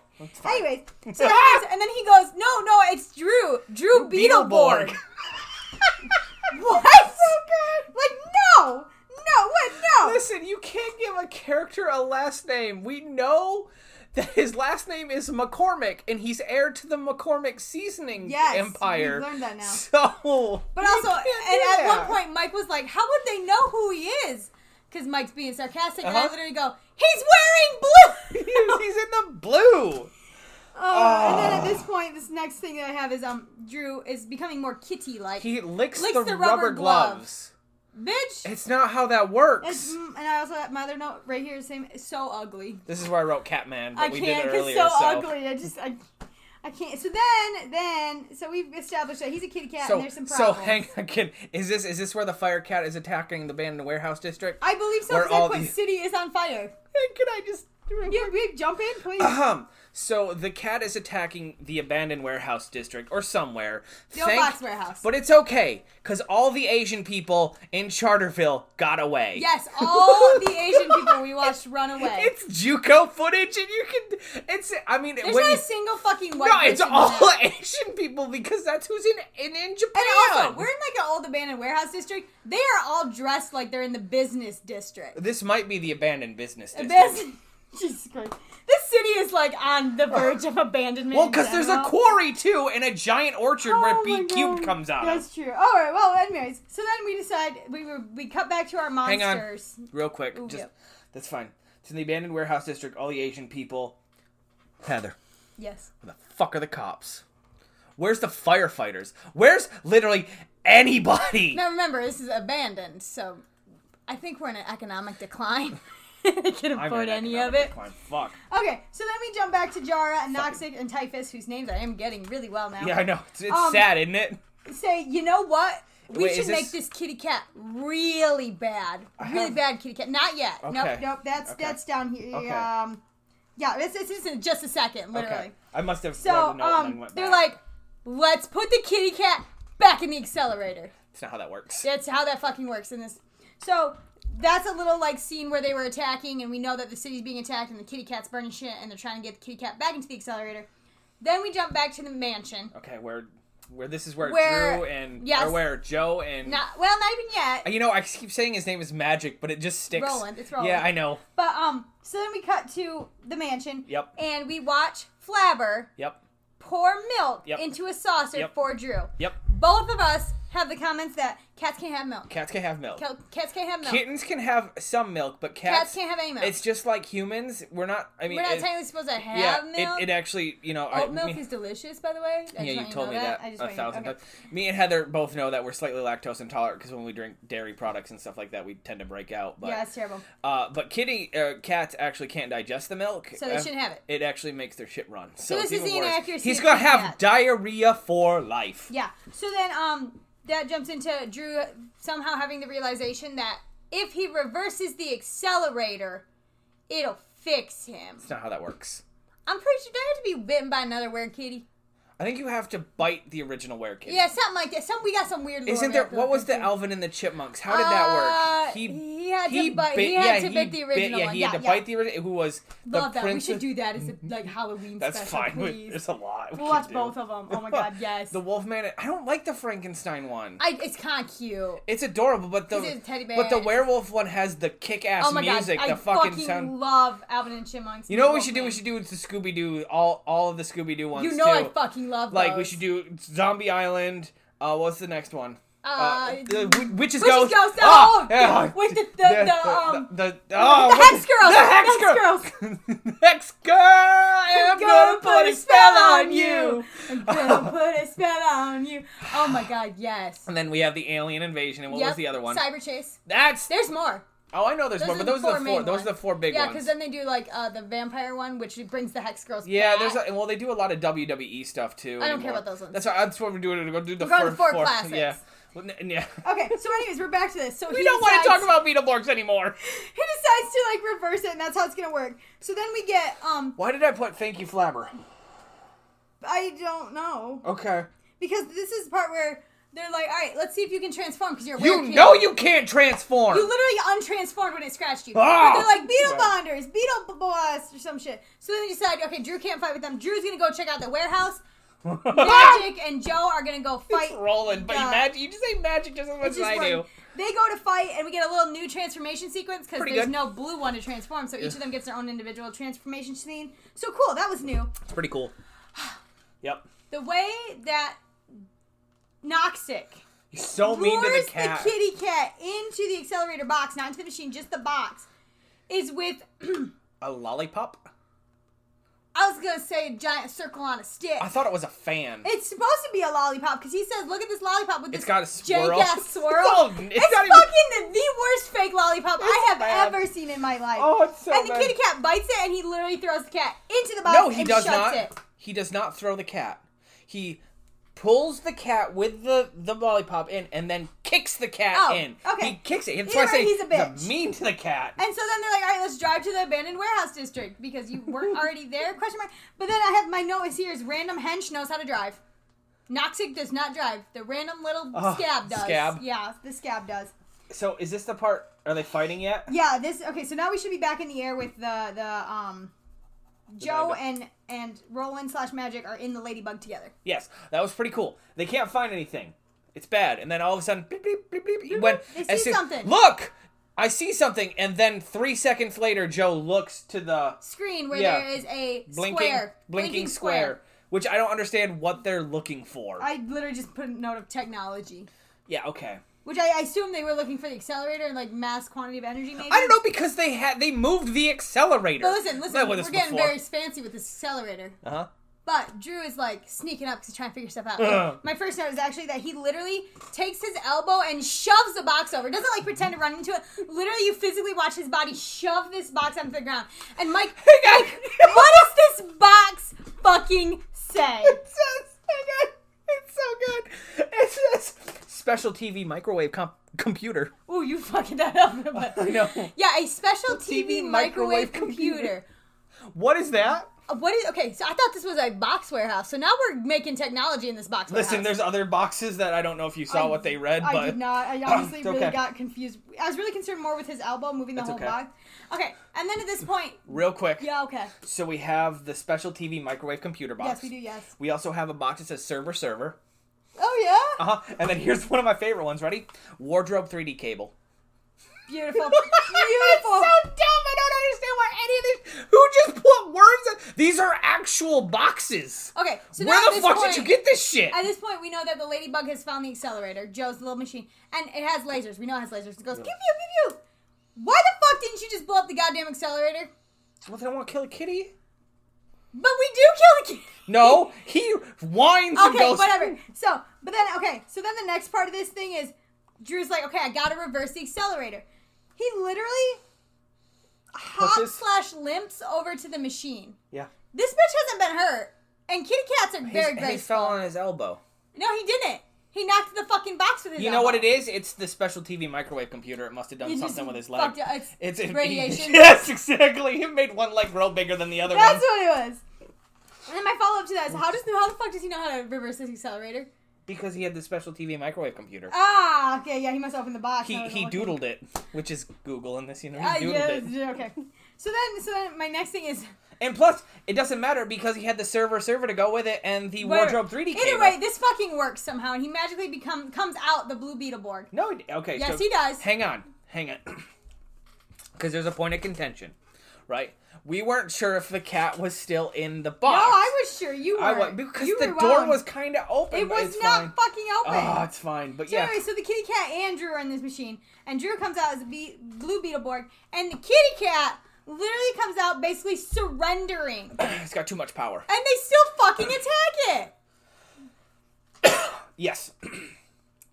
Anyways, so then he goes- and then he goes, "No, no, it's Drew, Drew Beetleborg." What? Like, no! No, what? No!
Listen, you can't give a character a last name. We know that his last name is McCormick, and he's heir to the McCormick seasoning
Yes,
empire.
we've learned that now.
So,
but also,
you can't
and
do
at one
that.
point, Mike was like, how would they know who he is? Because Mike's being sarcastic, and I
Uh-huh.
literally go, he's wearing blue!
he's, he's in the blue.
oh, and then at this point, this next thing that I have is, um, Drew is becoming more kitty-like.
He licks,
Licks
the,
the rubber
rubber,
glove.
gloves.
Bitch!
It's not how that works.
It's, mm, and I also have my other note right here is same, it's so ugly.
this is where I wrote Catman, but
I
we
can't,
did it
because
earlier.
so,
so.
ugly. I just, I, I can't. So then, then, so we've established that he's a kitty cat, and
So,
there's some
so
problems.
hang on. Can, is this is this where the fire cat is attacking the band in the warehouse district?
I believe so.
We're
Because I
all
put
the-
city is on fire.
Can I just
You, we jump in, please.
Ahem. So the cat is attacking the abandoned warehouse district or somewhere.
The old box warehouse.
But it's okay, because all the Asian people in Charterville got away.
Yes, all the Asian people we watched run away.
It's Juco footage, and you can. It's. I mean,
There's
when
not
you-
a single fucking white.
no, it's
person
all
there.
Asian people because that's who's in in, in Japan.
And also, we're in like an old abandoned warehouse district. They are all dressed like they're in the business district.
this might be the abandoned business district.
Business. Jesus Christ. This city is like on the verge of abandonment.
Well,
in
because Oh, there's a
general.
quarry too, and a giant orchard where
Oh my
Beat Cube
God.
comes out. of.
That's true. All right. Well, anyways, so then we decide we were we cut back to our
Hang on.
monsters.
Real quick,
Ooh,
just
yep.
that's fine. It's in the abandoned warehouse district. All the Asian people. Heather,
Yes.
where the fuck are the cops? Where's the firefighters? Where's literally anybody?
Now remember, this is abandoned, so I think we're in an economic decline. I can't
I'm in an
afford any of
economic
it.
decline. Fuck.
Okay, so then we jump back to Jara and Noxic and Typhus, whose names I am getting really well now.
Yeah, I know. It's, it's
Um,
sad, isn't it?
Say, you know what? We
Wait,
should
is
make
this-
this kitty cat really bad, really
have-
bad kitty cat. Not yet.
Okay.
Nope, nope. That's
Okay.
that's down here.
Okay.
Um, yeah, this this is in just a second, literally.
Okay. I must have. read the
So
note and then
um,
went
they're
back.
like, let's put the kitty cat back in the accelerator.
It's not how that works.
That's how that fucking works in this. So that's a little like scene where they were attacking, and we know that the city's being attacked, and the kitty cat's burning shit, and they're trying to get the kitty cat back into the accelerator. Then we jump back to the mansion.
Okay, where where this is where,
Where-
Drew and
yes.
or where Joe and Uh,
Not well, not even yet.
you know I keep saying his name is Magic, but it just sticks.
Roland, it's Roland.
Yeah, I know.
But um, so then we cut to the mansion.
Yep.
And we watch Flabber
Yep.
pour milk
Yep.
into a saucer
Yep.
for Drew.
Yep.
Both of us have the comments that cats can't have milk.
Cats can have milk.
Cal- Cats can't have milk.
Kittens can have some milk, but cats,
Cats can't have any milk.
It's just like humans. We're not. I mean,
We're not
it,
technically supposed to have
yeah.
milk.
It, it actually, you know, I,
Oat milk
me,
is delicious, by the way. I
yeah,
just
you
want
told
to
me
know
that,
I just
a
want you to-
thousand
okay.
times. Me and Heather both know that we're slightly lactose intolerant because when we drink dairy products and stuff like that, we tend to break out. But
Yeah, that's terrible.
uh, but kitty uh, cats actually can't digest the milk,
So they
Uh,
shouldn't have it.
It actually makes their shit run. So,
this
it's
is
even
the
worse.
inaccuracy
He's
of
gonna
kitty
have
cats.
diarrhea for life.
Yeah. So then, um, that jumps into Drew somehow having the realization that if he reverses the accelerator, it'll fix him.
That's not how that works.
I'm pretty sure they had to be bitten by another weird kitty.
I think you have to bite the original were kitty.
Yeah, something like that. Some we got some weird. lore
Isn't
we
there?
have to
What
look
was the
into.
Alvin and the Chipmunks? How did that
Uh,
work?
he had to bite- he had to bit the original
yeah,
one.
he had
Yeah,
to
yeah.
bite the original. Who was
Love
the
that. We
princess?
should do that as a like Halloween
That's
special,
fine. but
please.
There's a lot.
We'll watch both of them. Oh my god, yes.
The Wolfman. I don't like the Frankenstein one.
I, it's kind of cute.
it's adorable, but the
He's a teddy bear.
but the werewolf one has the kick-ass
Oh my
music.
god,
the
I
fucking,
fucking,
sound.
love Alvin and Chipmunks.
You know what we should do? We should do the Scooby Doo. All all of the Scooby Doo ones.
You know
too.
I fucking love.
Like
those.
we should do Zombie Island. Uh, what's the next one?
Uh,
the Witches, Witches
Ghost.
Ghost.
Ghost.
Ah,
Oh,
yeah.
with the
the,
the, the,
the-
um.
the, the- oh,
the
what
Hex Girls!
The Hex, Girls!
Hex
Hex Girl! I'm gonna put a spell on you!
I'm gonna put a spell on you. Oh my god, yes.
And then we have the alien invasion, and what was
Yep,
the other one?
Cyber Chase.
That's.
There's more.
oh, I know there's
those
more,
are
but
the
those are
four
the
main
four. Those are the
ones.
four big
Yeah,
ones.
because then they do like uh, the vampire one, which brings the Hex Girls.
yeah,
back.
there's a, well they do a lot of WWE stuff too.
I don't
anymore.
care about those ones.
That's why that's what we're doing. We're gonna do the
We're going
four,
to four
four-
classics. Oh,
Yeah, Well, n- yeah.
Okay, so anyways, we're back to this. So
we don't want to talk about Beetleborgs anymore.
He decides to like reverse it, and that's how it's gonna work. So then we get um,
Why did I put thank you flabber?
I don't know
Okay.
because this is the part where they're like, all right, let's see if you can transform because you're a
You
weird kid."
know you can't transform.
You literally untransformed when it scratched you.
Ah!
But they're like beetle bonders, beetle boss, or some shit. So then they decide, okay, Drew can't fight with them. Drew's gonna go check out the warehouse. Magic and Joe are gonna go fight.
Ah! It's Roland, but
Yeah.
you, magic, you just say magic just as much
It's
as
just
I
one.
do.
They go to fight, and we get a little new transformation sequence because
Pretty
there's
good.
no blue one to transform. So each of them gets their own individual transformation scene. So cool, that was new.
It's pretty cool. Yep.
The way that Noxic
You're so mean to
lures
the
the,
cat.
kitty cat into the accelerator box, not into the machine, just the box, is with
a lollipop?
I was gonna say a giant circle on a stick.
I thought it was a fan.
It's supposed to be a lollipop because he says, "Look at this lollipop with
It's
this
got a swirl.
jank-ass
It's
swirl."
all- it's not even-
fucking the, the worst fake lollipop I
It's
have
bad.
ever seen in my life.
Oh, it's so
and the
bad.
kitty cat bites it, and he literally throws the cat into the box.
no, he
and
does
shuts
not.
It.
He does not throw the cat. He pulls the cat with the the lollipop in, and then kicks the cat
Oh,
in.
okay.
He kicks it. That's
Either
why I say
way, he's a bitch.
mean to the cat.
And so then they're like, all right, let's drive to the abandoned warehouse district because you weren't already there? Question mark. But then I have my note is here is random hench knows how to drive. Noxic does not drive. The random little
Oh,
scab does.
scab.
Yeah, the scab does.
So is this the part? Are they fighting yet?
Yeah, this okay, so now we should be back in the air with the the um Joe and and Roland slash Magic are in the ladybug together.
Yes, that was pretty cool. They can't find anything. It's bad. And then all of a sudden, beep, beep, beep, beep, he went.
They
as
see
soon-
something.
Look, I see something. And then three seconds later, Joe looks to the
Screen where
Yeah.
there is a
blinking,
square.
blinking, square, which I don't understand what they're looking for.
I literally just put a note of technology.
yeah, okay.
Which I, I assume they were looking for the accelerator and like mass quantity of energy maybe.
I don't know because they had they moved the accelerator.
But listen, listen,
That
we're
was
getting
before.
very fancy with this accelerator.
Uh-huh.
But Drew is like sneaking up to try and figure stuff out.
Ugh.
My first note is actually that he literally takes his elbow and shoves the box over. Doesn't like pretend to run into it. Literally, you physically watch his body shove this box onto the ground. And Mike,
on.
Mike, what does this box fucking say?
It's just- oh God, it's so good. It's this special TV microwave comp- computer.
Ooh, you fucking that up. But...
I know.
Yeah, a special
TV
TV,
microwave
microwave
computer.
computer.
What is that?
Uh, What is okay? So I thought this was a box warehouse. So now we're making technology in this box.
Listen,
warehouse.
there's other boxes that I don't know if you saw
I-
what they read,
I
but
did not. I honestly
It's
really
okay.
got confused. I was really concerned more with his elbow moving the
It's
whole
okay.
box. Okay, and then at this point,
real quick.
yeah, okay,
So we have the special TV microwave computer box.
yes, we do, yes.
We also have a box that says server server.
Oh yeah,
Uh-huh. And then here's one of my favorite ones. Ready? Wardrobe 3D cable.
beautiful, beautiful.
so dumb. I don't understand why any of these. Who just put worms? In? These are actual boxes.
Okay, so now at
Where the
this
fuck
point,
did you get this shit?
At this point, we know that the ladybug has found the accelerator, Joe's little machine, and it has lasers. We know it has lasers. It goes pew pew pew pew. Why the fuck didn't you just blow up the goddamn accelerator?
Well, they don't want to kill a kitty.
But we do kill the kid.
No, he whines and
okay,
goes.
whatever. So, but then okay, so then the next part of this thing is Drew's like, okay, I gotta reverse the accelerator. He literally hops
Pushes.
slash limps over to the machine.
Yeah.
This bitch hasn't been hurt, and kitty cats are very
He
graceful.
fell on his elbow.
No, he didn't. He knocked the fucking box with his.
You know what it is? It's the special TV microwave computer. It must have done
He just
something with his leg.
fucked up- it's
It's it-
radiation.
yes, exactly. It made one leg grow bigger than the other
That's
one.
what it was. And then my follow up to that is how does how the fuck does he know how to reverse this accelerator?
Because he had the special TV microwave computer.
Ah, okay, yeah, he must open the box.
he
I was
he
looking.
doodled it, which is Google in this, you know.
Ah,
He doodled
yes,
it.
yeah, okay. So then, so then my next thing is
And plus, it doesn't matter because he had the server server to go with it and the
Whatever.
wardrobe 3D cable.
Either way, this fucking works somehow, and he magically become comes out the blue beetle board.
No, it- okay.
Yes,
so-
he does.
Hang on, hang on, because there's a point of contention, right? We weren't sure if the cat was still in the
No,
box.
Oh, I was sure you were.
I wa- because
you
the
were
door
wrong.
was kind of open.
It
but
was
it's
not
fine.
fucking open.
Oh, it's fine. But
so
yeah,
anyway, so the kitty cat and Drew are in this machine, and Drew comes out as a be- blue beetle board, and the kitty cat literally comes out basically surrendering, and
it's got too much power.
they still fucking attack it.
Yes.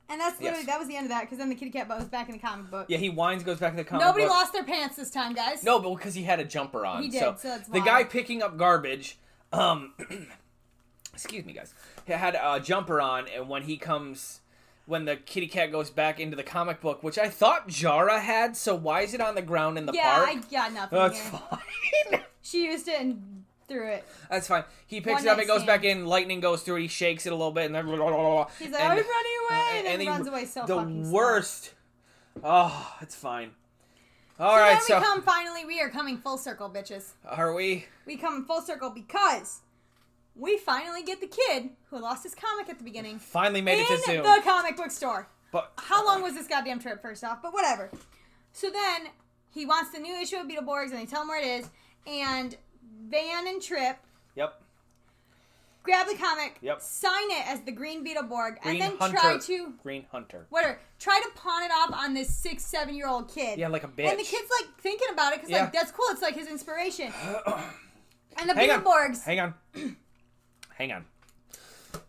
And that's literally
Yes.
that was the end of that because then the kitty cat was back in the comic book.
Yeah, he whines, goes back to the comic
Nobody
book.
lost their pants this time, guys.
No, but because he had a jumper on.
He did,
So,
so that's
the
why.
guy picking up garbage, um, excuse me, guys, he had a jumper on, and when he comes, when the kitty cat goes back into the comic book, which I thought Jara had, so why is it on the ground in the
Yeah,
park?
I got nothing.
That's
here.
fine.
She used it and threw it.
That's fine. He picks
One
it up,
night
it goes
stand.
back in, lightning goes through it, he shakes it a little bit, and then
He's like, "Oh,
and- uh,
I'm running away, and, then
he-
runs away so
The
fucking slow.
worst. Oh, it's fine. All
So
right,
then
so
we come finally. We are coming full circle, bitches.
are we?
We come full circle because we finally get the kid who lost his comic at the beginning
Finally made
in
it to Zoom.
the comic book store.
But
How long was this goddamn trip? First off, but whatever. So then he wants the new issue of Beetleborgs, and they tell him where it is. And Van and Trip
Yep.
grab the comic,
Yep.
sign it as the Green Beetleborg,
Green
and then
Hunter.
try to
Green Hunter.
whatever, try to pawn it off on this six, seven year old kid.
Yeah, like a bitch.
And the kid's like thinking about it because
Yeah.
like that's cool. It's like his inspiration. and the
Hang on.
Beetleborgs.
Hang on. Hang on.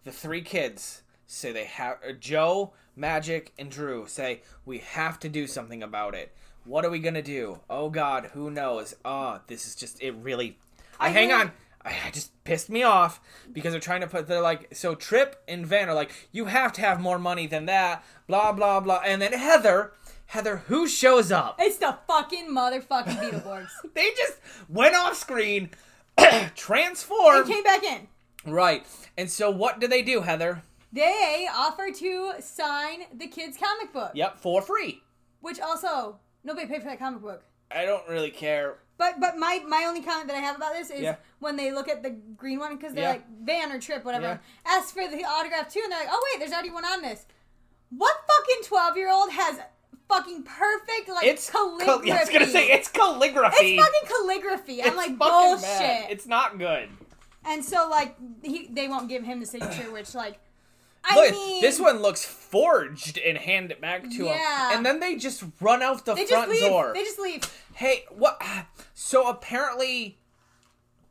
The three kids say they have uh, Joe, Magic, and Drew say we have to do something about it. What are we gonna do? Oh God, who knows? Ah, this is just it. Really, I,
I
hang
really-
on. I, I just pissed me off because they're trying to put they're like so Trip and Van are like you have to have more money than that blah blah blah and then Heather Heather who shows up
It's the fucking motherfucking Beetleborgs.
they just went off screen
they
transformed
came back in.
right and so what do they do Heather
They offer to sign the kids' comic book,
yep for free
which also nobody paid for that comic book.
I don't really care
But but my my only comment that I have about this is
Yeah.
when they look at the green one because they're
Yeah.
like Van or Trip whatever
Yeah.
asks for the autograph too, and they're like, oh wait, there's already one on this. What fucking twelve year old has fucking perfect like
it's cal-
calligraphy?
I was gonna say it's calligraphy
It's fucking calligraphy. I'm
It's fucking
like bullshit.
bad. It's not good.
and so like he they won't give him the signature, which like I
Look,
mean
this one looks forged and hand it back to
Yeah.
him. And then they just run out the
they just
front
leave.
door.
They just leave.
Hey, what? So apparently,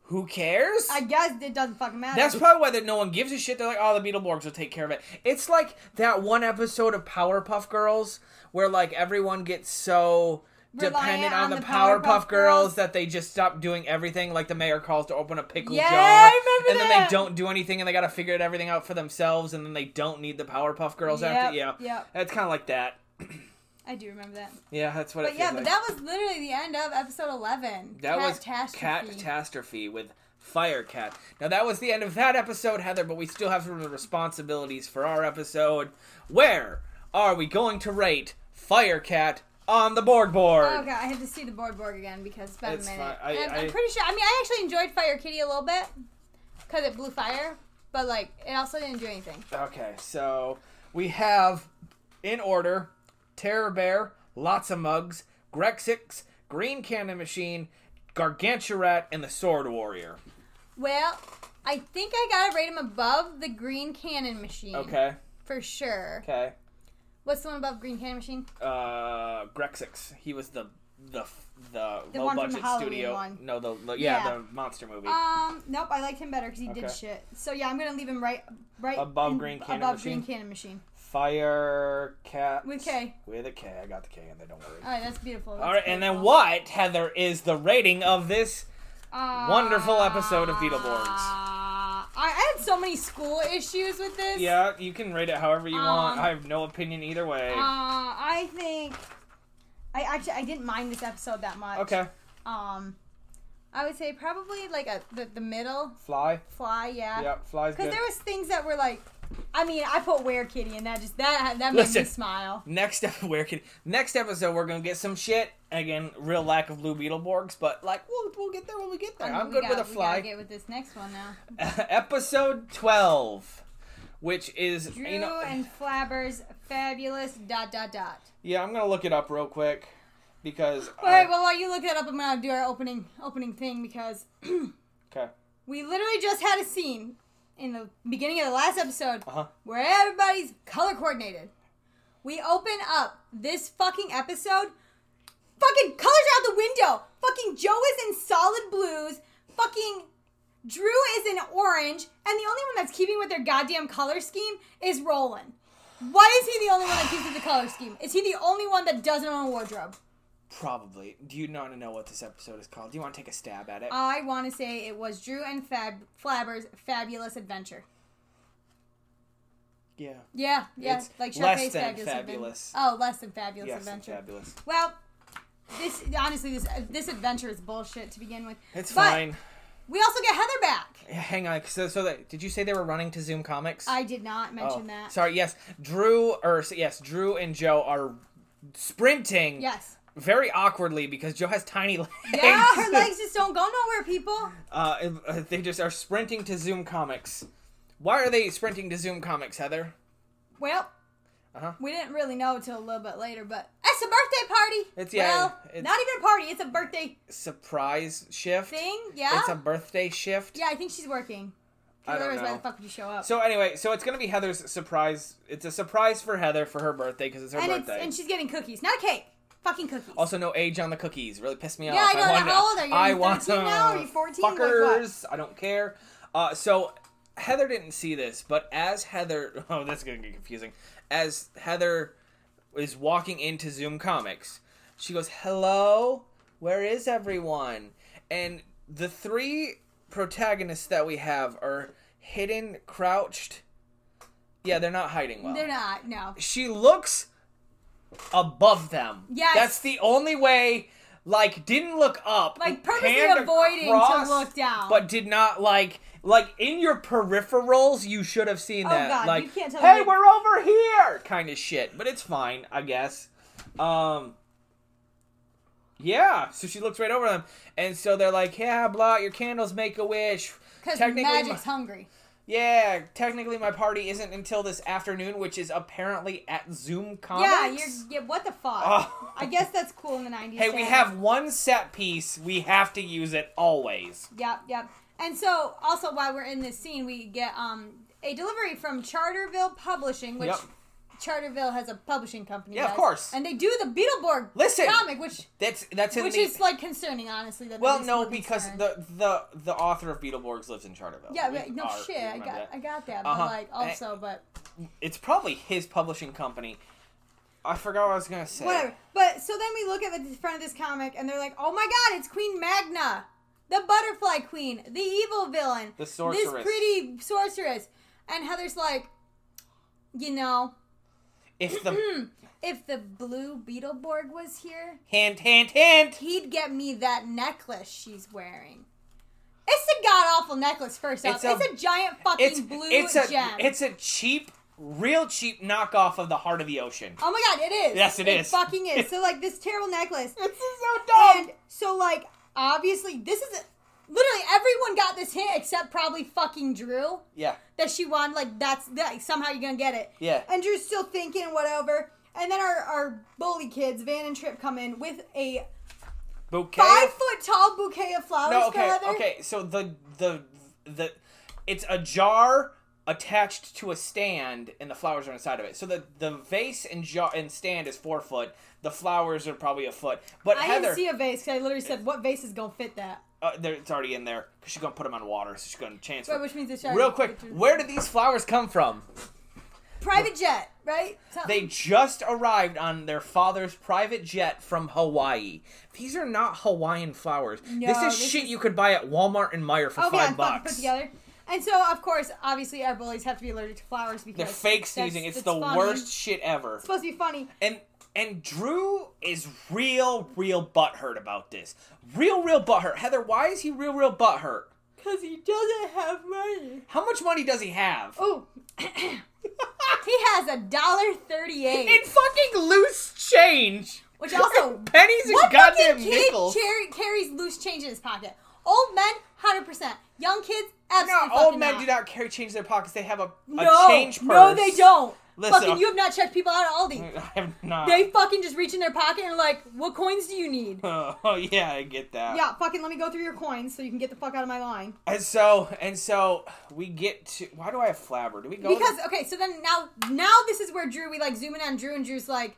who cares?
I guess it doesn't fucking matter.
That's probably why that no one gives a shit. They're like, oh, the Beetleborgs will take care of it. It's like that one episode of Powerpuff Girls where like everyone gets so dependent
Reliant
on,
on
the,
the
Powerpuff,
Powerpuff
Girls,
Girls.
that they just stop doing everything. Like the mayor calls to open a pickle
Yeah,
jar,
I remember
and then
that.
they don't do anything, and they gotta figure it- everything out for themselves, and then they don't need the Powerpuff Girls
Yep,
after. Yeah,
yep.
It's kind of like that.
I do remember that.
Yeah, that's what. it
But yeah,
feels
but
like.
that was literally the end of episode eleven.
That was
Catastrophe.
catastrophe with Fire Cat. Now that was the end of that episode, Heather, but we still have some responsibilities for our episode. Where are we going to rate Fire Cat on the board board?
Oh god, I have to see the board borg again because it's been
It's
a
fine.
minute.
I-
And I'm,
I-
am pretty sure. I mean, I actually enjoyed Fire Kitty a little bit because it blew fire, but like it also didn't do anything.
Okay, so we have in order Terror Bear, Lots of Mugs, Grexix, Green Cannon Machine, Garganturat, and the Sword Warrior.
Well, I think I gotta rate him above the Green Cannon Machine.
Okay,
For sure.
okay.
What's the one above Green Cannon Machine?
uh Grexix. He was the the the,
The
low
one from
budget
the Halloween
studio.
one.
No, the, the yeah,
Yeah.
the monster movie.
Um, nope. I liked him better because he did
Okay.
shit. So yeah, I'm gonna leave him right, right
Above
in-
Green Cannon
above
Machine?
Green Cannon Machine.
Fire cat
With K.
With a K. I got the K in there. Don't worry.
All right, that's beautiful.
All right, and then what, Heather, is the rating of this? Wonderful episode of Beetleborgs.
Uh, I, I had so many school issues with this.
Yeah, you can rate it however you want.
Um,
I have no opinion either way.
Uh, I think I actually I didn't mind this episode that much.
okay,
Um, I would say probably like a the, the middle
fly.
fly. Yeah.
Yeah, fly's
Because
good.
uh, there was things that were like, I mean, I put Where Kitty, and that just that that made
Listen.
me smile.
Next ep- where can next episode we're gonna get some shit again. Real lack of blue Beetleborgs, but like we'll we'll get there when we get there. I'm
Um, We
good
got-
with a
we
fly.
gotta get with this next one now.
episode 12 which is
Drew
you know,
and Flabber's fabulous dot dot dot.
yeah i'm gonna look it up real quick because
All right, well while you look that up, I'm gonna do our opening opening thing because
okay
we literally just had a scene in the beginning of the last episode
uh-huh
where everybody's color coordinated. We open up this fucking episode. Fucking colors are out the window. Fucking Joe is in solid blues. Fucking Drew is in orange. And the only one that's keeping with their goddamn color scheme is Roland. Why is he the only one that keeps with the color scheme? Is he the only one that doesn't own a wardrobe?
probably do you not know what this episode is called do you want to take a stab at it
I want to say it was Drew and Fab Flabber's fabulous adventure.
yeah
Yeah, yeah,
It's
like
less
Sharpay's
than
fabulous, Adven-
fabulous.
Oh, less than fabulous
yes
adventure.
fabulous
Well, this honestly, this this adventure is bullshit to begin with.
it's
But-
fine
We also get Heather back.
hang on so, so that, did you say they were running to zoom comics
I did not mention
Oh,
that.
sorry yes drew or yes drew and joe are sprinting
Yes.
very awkwardly because joe has tiny legs
Yeah, her legs just don't go nowhere, people.
Uh, if- uh, they just are sprinting to Zoom Comics. Why are they sprinting to Zoom Comics, Heather?
Well,
Uh-huh.
we didn't really know till a little bit later, but it's a birthday party.
It's- yeah,
Well,
it's-
not even a party. It's a birthday
Surprise shift.
thing. Yeah.
It's a birthday shift.
yeah, I think she's working.
I don't
Otherwise, why
know.
the fuck would you show up?
So anyway, so it's gonna be Heather's surprise. It's a surprise for Heather for her birthday because it's her
and it's
birthday.
and she's getting cookies, not cake. Fucking cookies.
also, no age on the cookies really pissed me
Yeah,
off.
I know,
want
how old are you? Are
I
you
want
13 now? Are you 14? Like what?
Fuckers, I don't care. Uh, so Heather didn't see this, but as Heather, oh, that's gonna get confusing. As Heather is walking into Zoom Comics. She goes, "Hello, where is everyone?" And the three protagonists that we have are hidden, crouched. Yeah, they're not hiding well.
They're not. No.
she looks above them.
Yes.
That's the only way. Like didn't look up.
Like, purposely
hand
avoiding to
across,
look down.
But did not like like in your peripherals you should have seen that.
Oh, God,
like
you can't tell
hey,
me-
we're over here kind of shit. But it's fine, I guess. Um Yeah, so she looks right over them. And so they're like, "Yeah, blah, your candles make a wish."
Because
Technically, my-
magic's hungry.
yeah, technically my party isn't until this afternoon, which is apparently at Zoom Comics.
Yeah, you're. Yeah, what the fuck?
Oh.
I guess that's cool in the 90s.
Hey, we
yeah.
have one set piece. We have to use it always.
Yep, yep. And so, also while we're in this scene, we get um a delivery from Charterville Publishing, which
Yep.
Charterville has a publishing company.
Yeah, of
does.
course.
And they do the Beetleborg
Listen.
comic, which
That's that's in
which
the
is like concerning, honestly. That
well,
these
no,
were
because
concerned.
the the the author of Beetleborgs lives in Charterville.
yeah,
We
but, no
are-
shit.
we
I
remember
got
that.
I got that,
Uh-huh.
but like
I-
also, but
It's probably his publishing company. I forgot what I was gonna say.
whatever. But so then we look at the front of this comic, and they're like, "Oh my god, it's Queen Magna, the Butterfly Queen, the evil villain,
The sorceress.
this pretty sorceress." And Heather's like, "You know,
If the
If the blue Beetleborg was here,
hint hint hint.
he'd get me that necklace she's wearing. It's a god awful necklace, first
It's
off. It's
a-
a, giant fucking
It's
blue
it's a
gem.
it's a cheap, real cheap knockoff of the Heart of the Ocean.
oh my god, it is.
Yes, it
it
is.
fucking is. So, like, this terrible necklace.
This is so dumb.
And so, like, obviously, this is. literally, everyone got this hint except probably fucking Drew.
yeah,
that she won. Like that's that somehow you're gonna get it.
Yeah.
And Drew's still thinking whatever. And then our our bully kids Van and Trip come in with a
bouquet. of
five foot tall bouquet of flowers
No,
for
okay,
Heather.
okay. So the the the it's a jar attached to a stand, and the flowers are inside of it. So the the vase and jar and stand is four foot. The flowers are probably a foot. But
I
Heather,
didn't see a vase because I literally said, "What vase is gonna fit that?"
uh, there, it's already in there because she's gonna put them on water, so she's gonna chance.
Right,
it.
which means it's
Real quick, where did these flowers come from?
private jet, right? Something-
They just arrived on their father's private jet from Hawaii. These are not Hawaiian flowers. this
No,
is
this
shit you could buy at Walmart and Meijer for
oh
five
yeah, fucking put
bucks.
together. And so, of course, obviously, our bullies have to be allergic to flowers because
They're fake
that's-
sneezing. It's
that's
the
funny.
worst shit ever.
It's supposed to be funny.
And and Drew is real, real butthurt about this. Real, real butthurt. Heather, why is he real, real butthurt?
Because he doesn't have money.
How much money does he have?
Oh, he has a dollar thirty-eight,
In fucking loose change.
which also
Pennies and
what
goddamn
fucking kid
nickels.
carry, carries loose change in his pocket? Old men, hundred percent. Young kids, absolutely
No,
fucking
old men do not carry change in their pockets. They have a, a
No,
change purse.
no, they don't.
Listen,
fucking, you have not checked people out at Aldi.
I have not.
They fucking just reach in their pocket and are like, what coins do you need?
Oh yeah, I get that.
Yeah, fucking let me go through your coins so you can get the fuck out of my line.
And so and so we get to. Why do I have flabber? Do we go? to-
Because okay, so then now now this is where Drew we like zoom in on Drew and Drew's like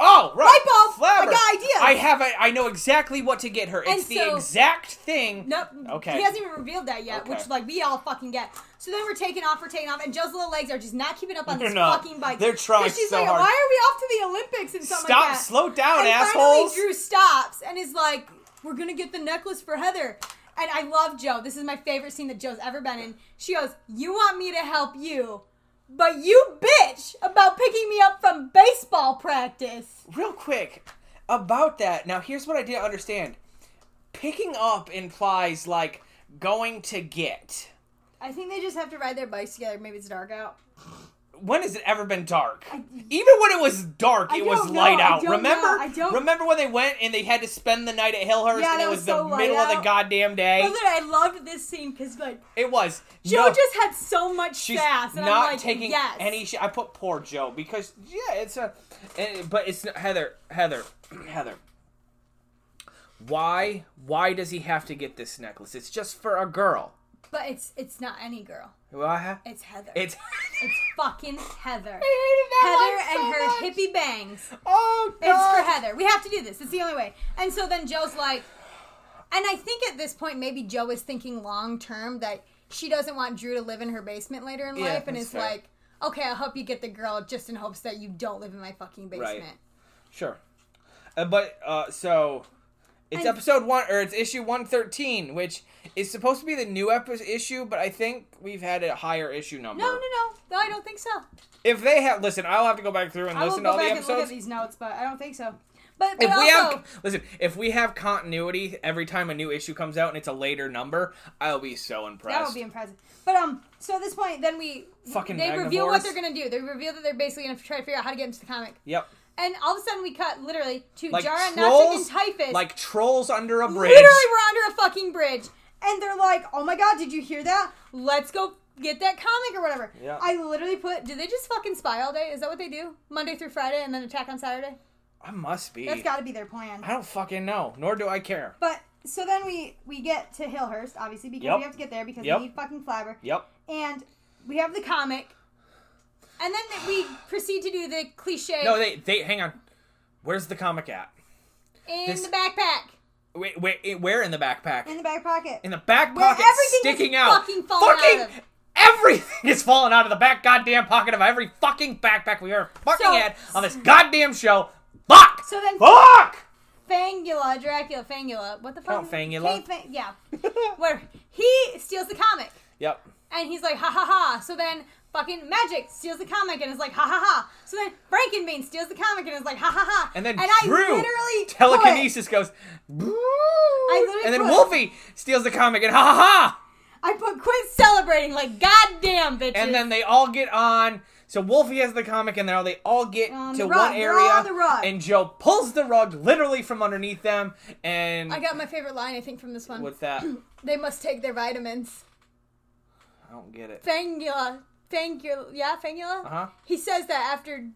Oh, right.
Light bulb!
Flabber.
I got ideas.
I have a, I know exactly what to get her.
And
It's the
so-
exact thing.
Nope.
Okay.
He hasn't even revealed that yet,
Okay.
which like we all fucking get. So then we're taking off, we're taking off, and Joe's little legs are just not keeping up on
They're
this
not.
fucking bike.
They're trying
'Cause she's
so
like,
hard.
Why are we off to the Olympics and something
Stop.
like that?
Slow down,
and
assholes.
Finally, Drew stops and is like, "We're gonna get the necklace for Heather." And I love Joe. This is my favorite scene that Joe's ever been in. She goes, "You want me to help you, but you bitch about picking me up from baseball practice."
Real quick about that. Now here's what I didn't understand. Picking up implies like going to get.
I think they just have to ride their bikes together. Maybe it's dark out.
When has it ever been dark? Even when it was dark, it was
don't know.
light
I
out.
don't
remember?
know. I don't-
Remember when they went and they had to spend the night at Hillhurst
Yeah,
and
that
it was,
was
the
so light
middle of the
out.
goddamn day?
But literally, I loved this scene because like
It was.
Joe
No.
just had so much
She's
sass, and
not
I'm like,
taking
yes.
any. Sh- I put poor Joe because yeah, it's a, and- but it's not, Heather, Heather, Heather. Why? Why does he have to get this necklace? It's just for a girl.
but it's it's not any girl.
Why?
It's Heather.
It's.
It's fucking Heather. Heather
I hated that
and
one so
her
much.
hippie bangs.
Oh
It's for
God.
Heather. We have to do this. It's the only way. And so then Joe's like, and I think at this point maybe Joe is thinking long term that she doesn't want Drew to live in her basement later in
Yeah,
life, and
that's
is
fair.
like, okay, I'll help you get the girl, just in hopes that you don't live in my fucking basement.
Sure, uh, but uh, so It's
I'm-
episode one, or it's issue one thirteen, which is supposed to be the new epi- issue, but I think we've had a higher issue number.
No, no, no. No, I don't think so.
If they have, listen, I'll have to go back through and
I will
listen to
go
all the
back and look at
episodes.
these notes, but I don't think so. But, but
If
also,
we have, listen, if we have continuity every time a new issue comes out and it's a later number, I'll be so impressed.
That would be impressive. But um, so at this point, then we
Fucking
they reveal what
Magnivores.
they're gonna do. They reveal that they're basically gonna try to figure out how to get into the comic.
yep.
And all of a sudden, we cut literally to
Like
Jara, Natsik, and
trolls,
Typhus.
like trolls under a bridge.
literally, we're under a fucking bridge, and they're like, "Oh my god, did you hear that? Let's go." Get that comic or whatever.
Yeah.
I literally put. Do they just fucking spy all day? Is that what they do? Monday through Friday and then attack on Saturday.
I must be.
That's got to be their plan.
I don't fucking know, nor do I care.
But so then we we get to Hillhurst, obviously, because
Yep.
we have to get there because
Yep.
we need fucking Flabber.
Yep.
And we have the comic. And then we proceed to do the cliche
No, they they hang on. Where's the comic at?
in
this-
the backpack.
Wait, wait, where in the backpack?
In the back pocket.
in the back
Where
pocket
everything is
sticking out.
fucking falling
Fucking
out of.
everything is falling out of the back goddamn pocket of every fucking backpack we ever fucking
So-
had on this goddamn show. Fuck!
So then-
Fuck!
Fangula, Dracula, Fangula. What the fuck?
Oh,
is-
Fangula.
Hey, Fang- yeah. Where he steals the comic.
Yep.
And he's like, ha ha ha. So then fucking Magic steals the comic and is like, ha ha ha. So then Frankenbean steals the comic and is like, ha ha ha.
And then
and
Drew
I literally put-
telekinesis goes.
literally
and then
put-
Wolfie steals the comic and ha ha ha.
I put quit celebrating like goddamn bitches.
And then they all get on. So Wolfie has the comic, and now they all get
On
to
the
one
rug. They're all
area.
on the rug.
And Joe pulls the rug literally from underneath them. And
I got my favorite line I think from this one.
what's that? I
They must take their vitamins.
don't get it.
Fangula. Fangula. Yeah, Fangula?
Uh-huh.
He says that after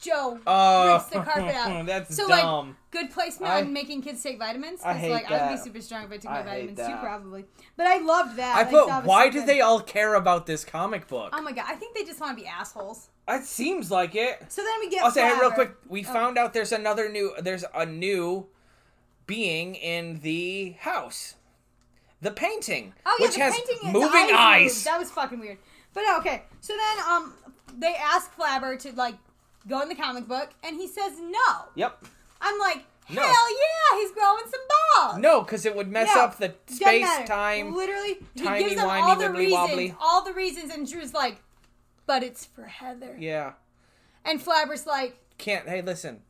Joe
Oh,
rips the carpet out.
that's
so,
dumb.
like, good placement
I-
on making kids take vitamins.
I
Because,
hate
like, I'd
that.
be super strong if I took
I
my
hate
vitamins too,
that.
probably. But I loved that.
I
Like,
put.
that was
Why
so
do
good.
they all care about this comic book?
Oh my god, I think they just want to be assholes.
It seems like it.
So then we get.
I'll say hey, real
Flabber.
quick. We found out there's another new. There's a new being in the house. The painting,
Oh yeah,
which
the
has
painting is
moving
eyes.
eyes.
moved. That was fucking weird. But no, okay, so then um, they ask Flabber to like go in the comic book, and he says no.
Yep.
I'm like,
No.
hell yeah, he's growing some balls.
No, because it would mess
No,
up the
doesn't matter.
space time.
Literally, he
timey,
gives them
wimey,
all the
wibbly
reasons,
wobbly.
all the reasons, and Drew's like, but it's for Heather.
Yeah.
And Flabber's like,
Can't. Hey, listen.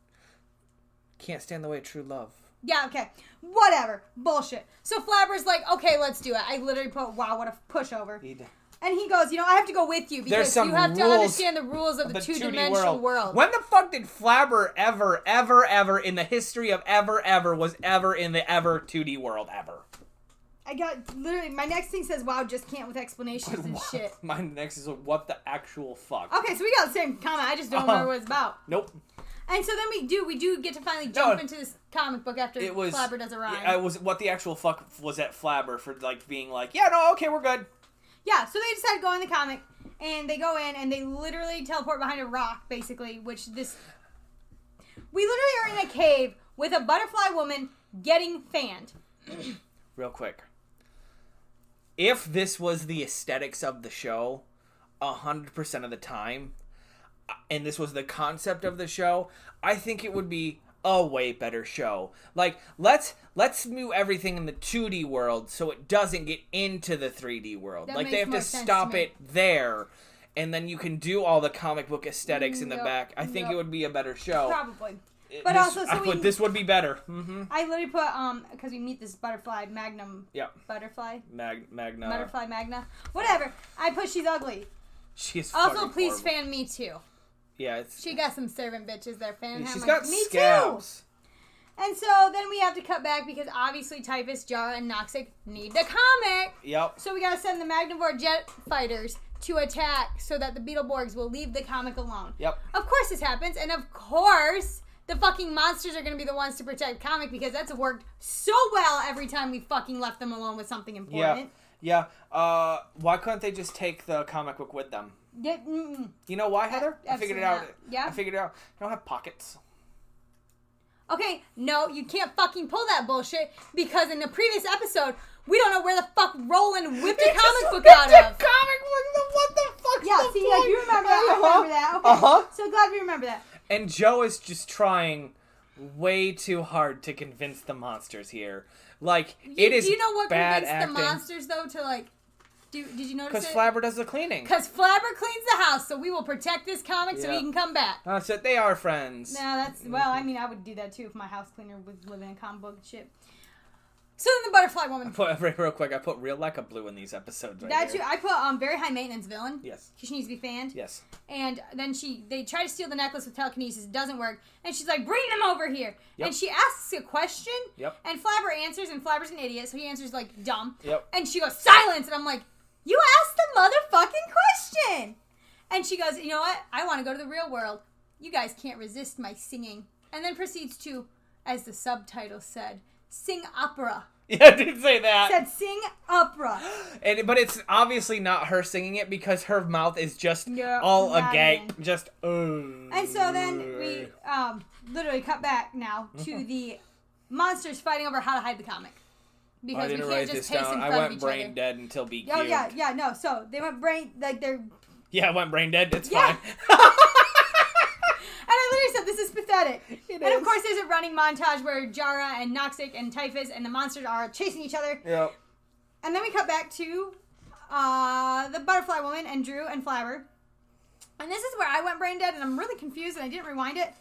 Can't stand the way of true love.
yeah, okay, whatever, bullshit. So Flabber's like, okay, let's do it. I literally put, wow, what a pushover. And he goes, you know, I have to go with you because
some
you have to
rules
understand the rules of the,
The 2D
two-dimensional world.
When the fuck did Flabber ever, ever, ever in the history of ever, ever was ever in the ever 2D world ever?
I got literally my next thing says, "Wow, just can't with explanations and shit."
My next is what the actual fuck.
Okay, so we got the same comment. I just don't
Uh-huh.
remember what it's about.
Nope.
And so then we do we do get to finally jump
No.
into this comic book after
It was
Flabber does a rhyme.
I was what the actual fuck was at Flabber for like being like, yeah, no, okay, we're good.
Yeah, so they decide to go in the comic, and they go in and they literally teleport behind a rock, basically. Which this, we literally are in a cave with a butterfly woman getting fanned.
real quick. If this was the aesthetics of the show, a hundred percent of the time, uh, and this was the concept of the show, I think it would be a way better show. Like let's let's do everything in the 2D world so it doesn't get into the 3D world.
That
like they
makes
have
more
to
sense to
stop
me.
it there. And then you can do all the comic book aesthetics in the
Nope,
back. I think it
nope.
would be a better show.
Probably, but
This-
also, so
Oh. I
we,
would- this would be better. hmm
I literally put um because we meet this butterfly Magnum
Yeah,
butterfly.
Mag- Magna.
Butterfly Magna, whatever. I put she's ugly.
She is
Also,
fucking
please
horrible.
fan me too.
Yeah, it's
She got some servant bitches there fan. her.
She's
I'm
got
like, me
scabs.
too. And so then we have to cut back because obviously Typhus, Jara, and Noxic need the comic.
Yep.
So we gotta send the Magnivore jet fighters to attack so that the Beetleborgs will leave the comic alone.
Yep.
Of course this happens, and of course the fucking monsters are gonna be the ones to protect comic because that's worked so well every time we fucking left them alone with something
Yeah.
important.
Yeah. Uh, why couldn't they just take the comic book with them?
Yeah. mm-mm.
You know why, Heather? I figured it out.
absolutely not. Yeah.
I figured it out. You don't have pockets.
Okay, no, you can't fucking pull that bullshit because in the previous episode we don't know where the fuck Roland whipped a comic book out
It's a Comic
of.
book. What the Uh-huh. fuck?
Yeah, see, yeah, you remember that. I remember that. Okay.
Uh huh.
So glad we remember that.
And Joe is just trying way too hard to convince the monsters here. Like
You-
it is
Do you know what
bad
convinced
acting
the monsters though to like? Do did you
because
notice it?
Flabber does the cleaning.
Because Flabber cleans the house, so we will protect this comic so
Yeah.
he can come back.
Uh, so they are friends.
No, that's well. I mean, I would do that too if my house cleaner was living in comic book shit. So then the Butterfly Woman.
Put, real quick, I put real lack of blue in these episodes. Right
That
here.
you, I put um very high maintenance villain.
Yes.
She needs to be fanned.
Yes.
And then she, they try to steal the necklace with telekinesis. It doesn't work. And she's like, "Bring them over here."
Yep.
And she asks a question.
Yep.
And Flabber answers, and Flabber's an idiot, so he answers like dumb.
Yep.
And she goes, silence. And I'm like, you asked the motherfucking question. And she goes, you know what? I want to go to the real world. You guys can't resist my singing. And then proceeds to, as the subtitle said, sing opera.
Yeah, I did say that.
Said sing opera.
And but it's obviously not her singing it because her mouth is just
Yeah,
all
not
agape,
in.
just. Uh,
And so then we um, literally cut back now to
Mm-hmm.
the monsters fighting over how to hide the comic.
I
Because we
didn't
can't
write this
just pace in
down.
front
I
of
went
each
brain
other.
dead until BQ.
Oh yeah, yeah, no. So they went brain like they're
Yeah, I went brain dead. It's
Yeah.
fine.
And I literally said, "This is pathetic." and
is.
of course, there's a running montage where Jara and Noxic and Typhus and the monsters are chasing each other.
yeah.
And then we cut back to uh, the Butterfly Woman and Drew and Flabber. And this is where I went brain dead, and I'm really confused, and I didn't rewind it.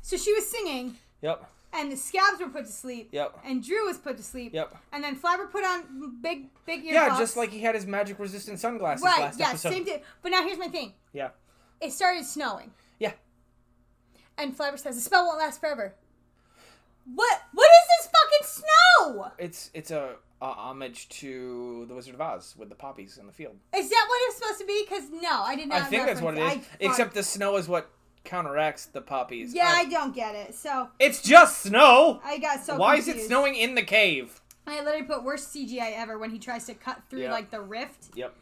So she was singing,
Yep.
and the scabs were put to sleep.
Yep.
And Drew was put to sleep.
Yep.
And then Flabber put on big, big earplugs.
Yeah, just like he had his magic resistant sunglasses
right.
last
Yeah,
episode.
same thing. But now here's my thing.
Yeah.
It started snowing.
Yeah.
And Flabber says the spell won't last forever. What? What is this fucking snow?
It's it's a, a homage to the Wizard of Oz with the poppies in the field.
Is that what it's supposed to be? Because no, I did not.
I think that's what it is.
reference I-
Except the snow is what counteracts the poppies.
yeah,
Uh,
I don't get it. So
it's just snow.
I got so.
Why is it
confused.
snowing in the cave?
I literally put worst CGI ever when he tries to cut through
Yeah.
like the rift.
Yep.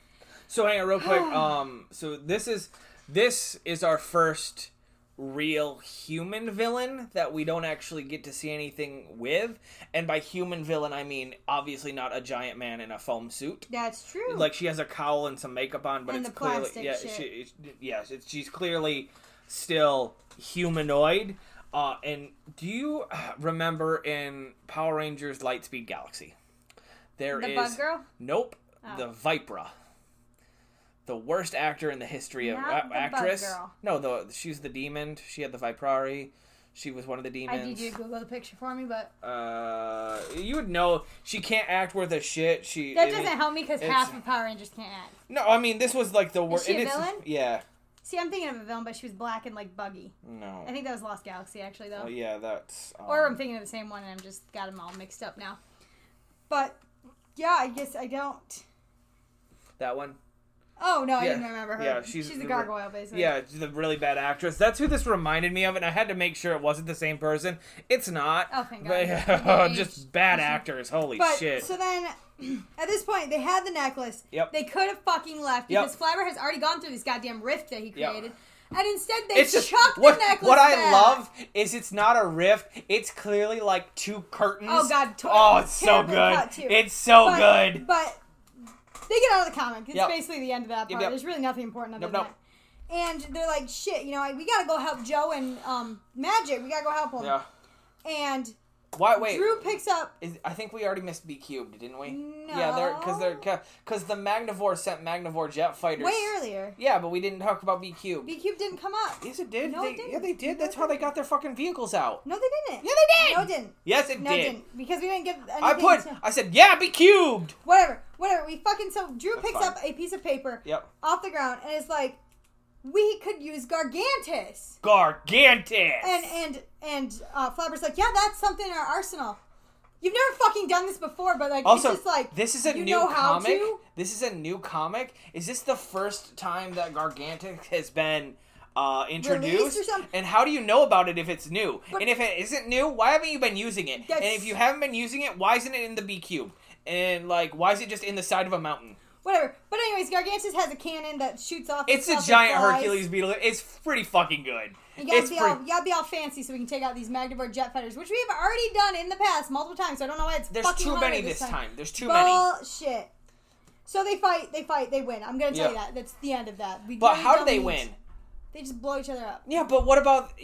So hang on, real quick. um, so this is this is our first real human villain that we don't actually get to see anything with, and by human villain I mean obviously not a giant man in a foam suit.
That's true.
Like she has a cowl and some makeup on, but
And
it's
the
clearly
plastic
yeah,
shit.
she, it's, yes, it's, she's clearly still humanoid. Uh, and do you uh, remember in Power Rangers Lightspeed Galaxy? there is
The bug girl? Oh.
Nope, the Vipra. The worst actor in the history of
Not
a-
the bug
actress.
girl.
No, the she's the demon. She had the Viprari. She was one of the
I need
demons.
you to Google the picture for me, but
Uh, you would know she can't act worth a shit. She
that
I mean-
doesn't help me because
it's-
half of Power Rangers can't act.
No, I mean this was like the worst.
she a villain?
Yeah,
See, I'm thinking of a villain, but she was black and like buggy.
no.
I think that was Lost Galaxy, actually, though.
Oh yeah, that's. Um,
Or I'm thinking of the same one and I'm just got them all mixed up now. But yeah, I guess I don't.
that one.
Oh no, I
Yeah.
didn't remember her.
Yeah, she's
she's a
the-
gargoyle basically.
Yeah, the really bad actress. That's who this reminded me of, and I had to make sure it wasn't the same person. It's not.
Oh, thank
But-
God.
just bad actors. Holy
But
shit.
so then, at this point, they had the necklace.
Yep.
They could have fucking left
Yep.
because Flabber has already gone through this goddamn rift that he
Yep.
created, and instead they
it's just
chucked
what,
the necklace.
what I
back.
love is it's not a rift. It's clearly like two curtains.
Oh, God, totally.
Oh, it's so
Terrible
good.
cut, too.
It's so
But-
good.
But they get out of the comic. It's
Yep.
basically the end of that part.
yep.
There's really nothing important other
Nope,
than
nope.
that. And they're like, shit, you know, like, we gotta go help Joe and um, Magic. We gotta go help them.
Yeah.
And
Why? Wait.
Drew picks up.
Is, I think we already missed B cubed, didn't we?
No.
Yeah, they're because they're because the Magnivore sent Magnivore jet fighters.
Way earlier,
Yeah, but we didn't talk about B cubed.
B Cube didn't come up.
Yes, it did.
No,
they,
it didn't.
Yeah, they did.
No,
That's
it
how they got their fucking vehicles out.
No, they didn't.
Yeah, they did.
No, it didn't.
Yes, it
No,
did.
it didn't because we didn't get. Anything
I put.
until-
I said, yeah, be cubed.
whatever, whatever. We fucking so Drew
That's
picks
fine.
up a piece of paper
Yep.
off the ground and is like, "We could use Gargantus."
Gargantus.
And and and uh, Flabber's like, "Yeah, that's something in our arsenal." You've never fucking done this before, but like,
also,
it's just like
this is a
you
new
know how
comic.
to.
This is a new comic. Is this the first time that Gargantic has been uh, introduced?
or something?
And how do you know about it if it's new?
But-
and if it isn't new, why haven't you been using it? And
That's-
if you haven't been using it, why isn't it in the B cube? And like, why is it just in the side of a mountain?
Whatever. But anyways, Gargantus has a cannon that shoots off.
It's a
itself and
giant
flies.
Hercules beetle. It's pretty fucking good.
You gotta,
it's
be
pretty.
all, you gotta be all fancy so we can take out these Magdeburg jet fighters, which we have already done in the past multiple times. So I don't know why it's
There's
fucking
too
harder
many
this
this time. There's too many.
Bullshit. So they fight, they fight, they win. I'm gonna tell you
Yeah.
that. That's the end of that. We
But
really
how do
don't
they
need-
win?
They just blow each other up.
Yeah, but what about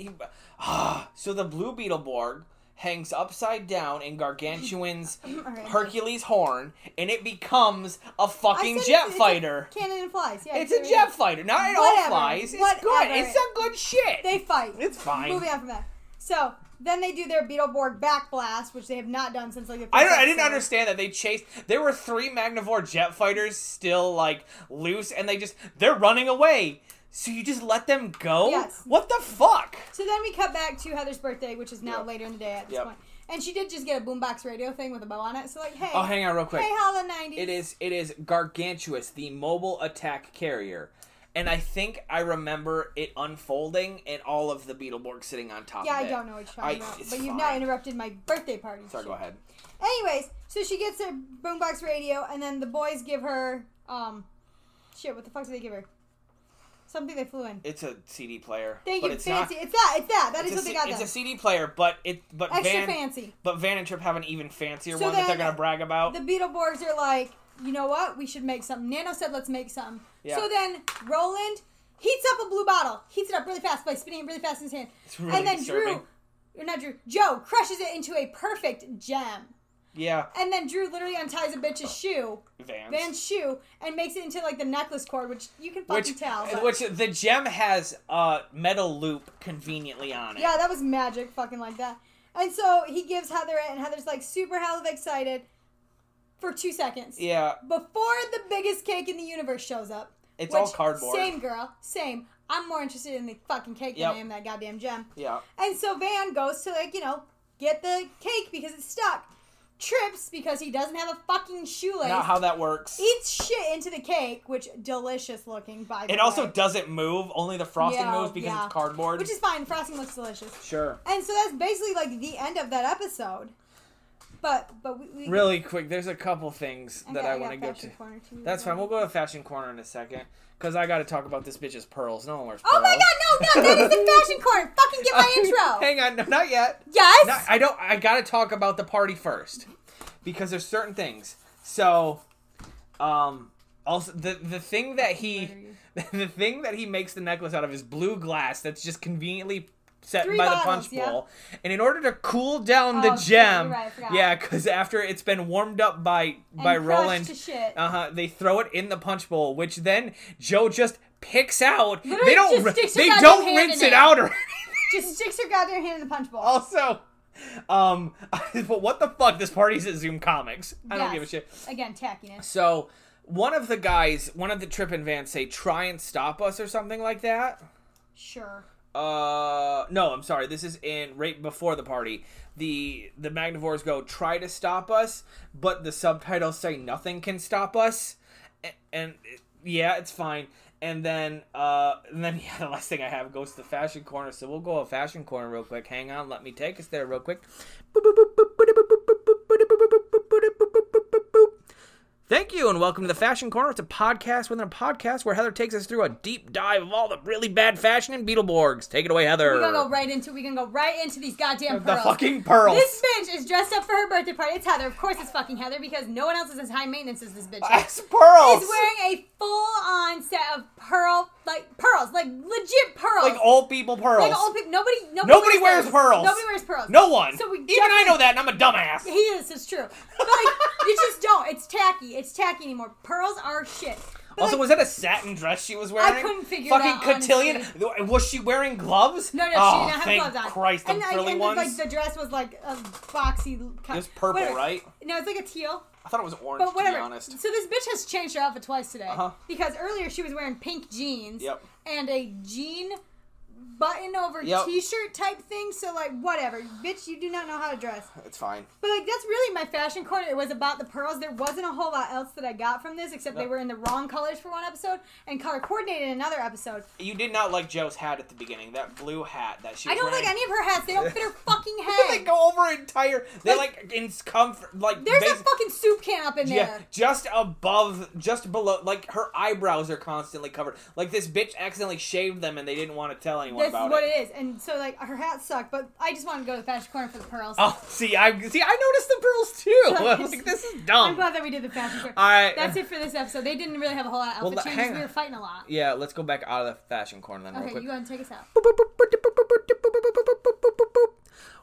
ah? so the blue Beetleborg hangs upside down in Gargantuan's
right.
Hercules horn, and it becomes a fucking
said
jet
it's- it's a
fighter.
Cannon and flies. Yeah,
It's
there
a
we
jet
go.
fighter. Not at all
Whatever.
flies. It's good.
Whatever.
It's some good shit.
They fight.
It's fine.
Moving on from that. So then they do their Beetleborg back blast, which they have not done since like the.
I don't.
first
I didn't
episode.
understand that they chased. There were three Magnivore jet fighters still like loose, and they just they're running away. So you just let them go?
Yes.
What the fuck?
So then we cut back to Heather's birthday, which is now
Yep.
later in the day at this
Yep.
point. And she did just get a boombox radio thing with a bow on it. So like, hey,
Oh, hang on real quick.
hey, holla '90s.
It is it is Gargantuous, the mobile attack carrier. And I think I remember it unfolding and all of the Beetleborg sitting on top of
Yeah, I
it.
don't know what you're
I-
talking about,
it's
but you've
fine.
now interrupted my birthday party.
Sorry,
shit.
go ahead.
Anyways, so she gets her boombox radio, and then the boys give her um, shit. What the fuck did they give her? Something they flew in.
It's a CD player.
Thank
but
you,
it's
fancy.
Not,
it's that. It's that. That is
it's, a,
what they
C-
got.
it's
them.
a CD player, but it but
Extra
Van
fancy.
but Van and Trip have an even fancier
So
one that they're
then
gonna brag about.
The Beetleborgs are like, you know what? We should make something. Nano said, let's make something.
Yeah.
So then Roland heats up a blue bottle, heats it up really fast by spinning it really fast in his hand,
it's really
and then
disturbing.
Drew, or not Drew, Joe crushes it into a perfect gem.
Yeah,
And then Drew literally unties a bitch's shoe,
Vans.
Van's shoe, and makes it into like the necklace cord, which you can fucking
which
tell. but-
which the gem has a metal loop conveniently on it.
Yeah, that was magic, fucking like that. And so he gives Heather it, and Heather's like super hell of excited for two seconds.
Yeah,
Before the biggest cake in the universe shows up.
It's all cardboard.
Same girl, same. I'm more interested in the fucking cake
Yep.
than I am that goddamn gem.
yeah.
And so Van goes to like, you know, get the cake because it's stuck. Trips because he doesn't have a fucking shoelace.
Not how that works.
Eats shit into the cake, which delicious looking by the
It also
way.
doesn't move. Only the frosting
No,
moves because
yeah.
it's cardboard.
Which is fine, frosting looks delicious.
sure.
And so that's basically like the end of that episode. But but we, we
Really quick, there's a couple things that
got-
I
got
want to get
Fashion
to.
Corner too.
That's fine. We'll go to fashion corner in a second because I got to talk about this bitch's pearls. No one wears pearls.
Oh my god, no, no, that is the fashion corner. Fucking get my intro.
Hang on, no, not yet.
yes.
No, I don't. I gotta talk about the party first because there's certain things. So, um, also the the thing that he the thing that he makes the necklace out of is blue glass that's just conveniently set
Three
by
bottles,
the punch bowl. And in order to cool down the
Oh, shit,
gem,
you're right, I forgot.
yeah, because after it's been warmed up by
And
by
crushed
Roland,
to shit.
uh huh. They throw it in the punch bowl, which then Joe just picks out.
Literally
they don't.
just
ri-
sticks her
they
goddamn
don't
hand
rinse
in
it
it.
out or.
Just sticks her goddamn hand in the punch bowl.
also, um, but what the fuck? This party's at Zoom Comics. I don't
Yes.
give a shit.
Again, tackiness.
So one of the guys, one of the trip and vans, say try and stop us or something like that.
Sure.
Uh, no, I'm sorry. This is in right before the party. The the Magnivores go try to stop us, but the subtitles say nothing can stop us. And, and it- yeah, it's fine. And then uh, and then yeah, the last thing I have goes to the fashion corner. So we'll go a fashion corner real quick. Hang on, let me take us there real quick. Thank you, and welcome to the Fashion Corner. It's a podcast within a podcast where Heather takes us through a deep dive of all the really bad fashion in Beetleborgs. Take it away, Heather.
We're gonna go right into we're gonna go right into these goddamn
the
pearls.
fucking pearls.
This bitch is dressed up for her birthday party. It's Heather. Of course it's fucking Heather because no one else is as high maintenance as this bitch. is.
That's pearls.
Is wearing a full on set of pearl like pearls, like legit pearls.
like old people pearls.
Like old people. Nobody. Nobody,
Nobody wears
those.
pearls.
Nobody wears pearls.
no one.
So we
Even
definitely-
I know that, and I'm a dumbass.
He is. It's true. But like, you just don't. It's tacky. It's tacky anymore. Pearls are shit. But
Also,
like,
was that a satin dress she was wearing?
couldn't figure it
Fucking
out,
cotillion. Was she wearing gloves?
No, no,
oh,
she didn't have
thank
gloves on.
Christ, the
and, I-
frilly
and
ones.
The, like the dress was like a boxy.
it was purple, right?
No, it's like a teal.
I thought it was orange.
But whatever.
To be honest.
So this bitch has changed her outfit twice today.
Uh-huh.
Because earlier she was wearing pink jeans
Yep.
and a jean button over
Yep.
t-shirt type thing. So like whatever. Bitch, you do not know how to dress.
It's fine.
But like that's really my fashion corner. It was about the pearls. There wasn't a whole lot else that I got from this except they
No.
were in the wrong colors for one episode and color coordinated in another episode.
You did not like Joe's hat at the beginning. That blue hat that she.
I don't
wearing.
like any of her hats. They don't fit her fucking
But they
head.
go over entire. They
Like-
like, in comfort. Like
There's a
bas-
fucking soup can up in there.
Yeah, just above, just below. Like her eyebrows are constantly covered. Like this bitch accidentally shaved them and they didn't want to tell anyone
That's
about
what
it.
it is. And so like her hat sucked, but I just wanted to go to the fashion corner for the pearls.
Oh, see, I see. I noticed the pearls too. I was like, this is
I'm
dumb.
glad that we did the fashion corner.
I-
That's it for this episode. They didn't really have a whole lot of
Well,
outfit
hang
changes.
on.
We were fighting a lot.
yeah, let's go back out of the fashion corner then, real
Okay,
quick.
you go and take us out.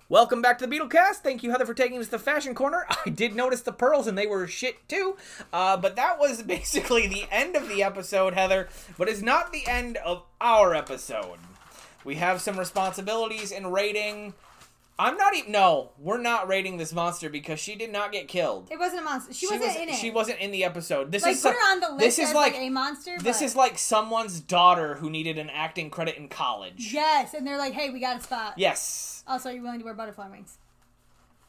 Welcome back to the Beetlecast. Thank you, Heather, for taking us to Fashion Corner. I did notice the pearls, and they were shit too. Uh, but that was basically the end of the episode, Heather. But it's not the end of our episode. We have some responsibilities in rating. I'm not even. No, we're not rating this monster because she did not get killed.
It wasn't a monster. She, wasn't
was,
in it.
She wasn't in the episode. This
like
is some-
put her on the list
This is
as
like,
like, a monster.
this
but-
is like someone's daughter who needed an acting credit in college.
yes, and they're like, hey, we got a spot.
Yes.
Also, are you willing to wear butterfly wings?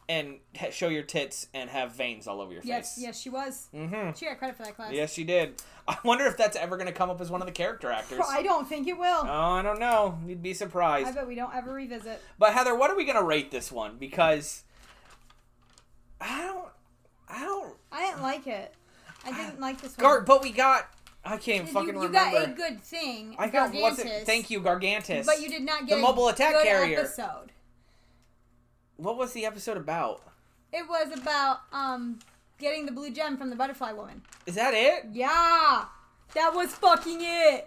and ha- show your tits and have veins all over your
Yes,
face.
yes, she was. Mm-hmm. She got credit for that class.
Yes, she did. I wonder if that's ever going to come up as one of the character actors.
Well, I don't think it will.
Oh, I don't know. You'd be
I
surprised.
bet we don't ever revisit.
But Heather, what are we going to rate this one? Because I don't, I don't.
I didn't like it. I didn't like this
Gar-
one.
but we got. Ah, I can't even
Um, You-
fucking
you,
remember.
got a good thing.
I got what's it?
Gargantus,
Thank you, Gargantus.
But you did not get
The mobile
a
attack
good
carrier.
episode.
What was the episode about?
It was about um getting the blue gem from the butterfly woman.
Is that it?
Yeah, that was fucking it.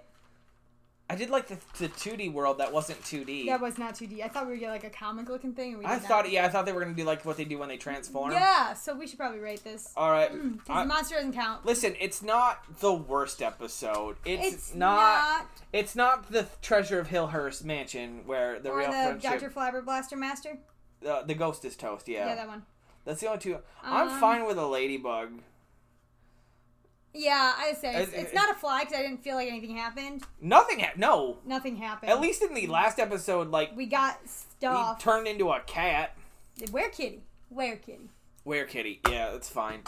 I did like the the 2D world that wasn't 2D.
That was not 2D. I thought we were getting like a comic looking thing. And we
I
did not.
thought, yeah, I thought they were gonna do like what they do when they transform.
Yeah, Mm, so we should probably rate this.
All right.
Because
Uh, I-
the monster doesn't count.
Listen, it's not the worst episode. It's,
It's
not,
not.
It's not the Treasure of Hillhurst Mansion where the
Or
real
the Dr.
friendship,
Flabber Blaster Master.
uh, the ghost is toast. Yeah,
Yeah. that one.
that's the only two. I'm
Um,
fine with a ladybug.
Yeah, I say it's,
It-
it's
it-
not a fly because I didn't feel like anything happened.
Nothing. Ha- no.
Nothing happened.
At least in the last episode, like
we got
he
stuff.
turned into a cat.
Where kitty? Where kitty?
Where kitty? Yeah, that's fine.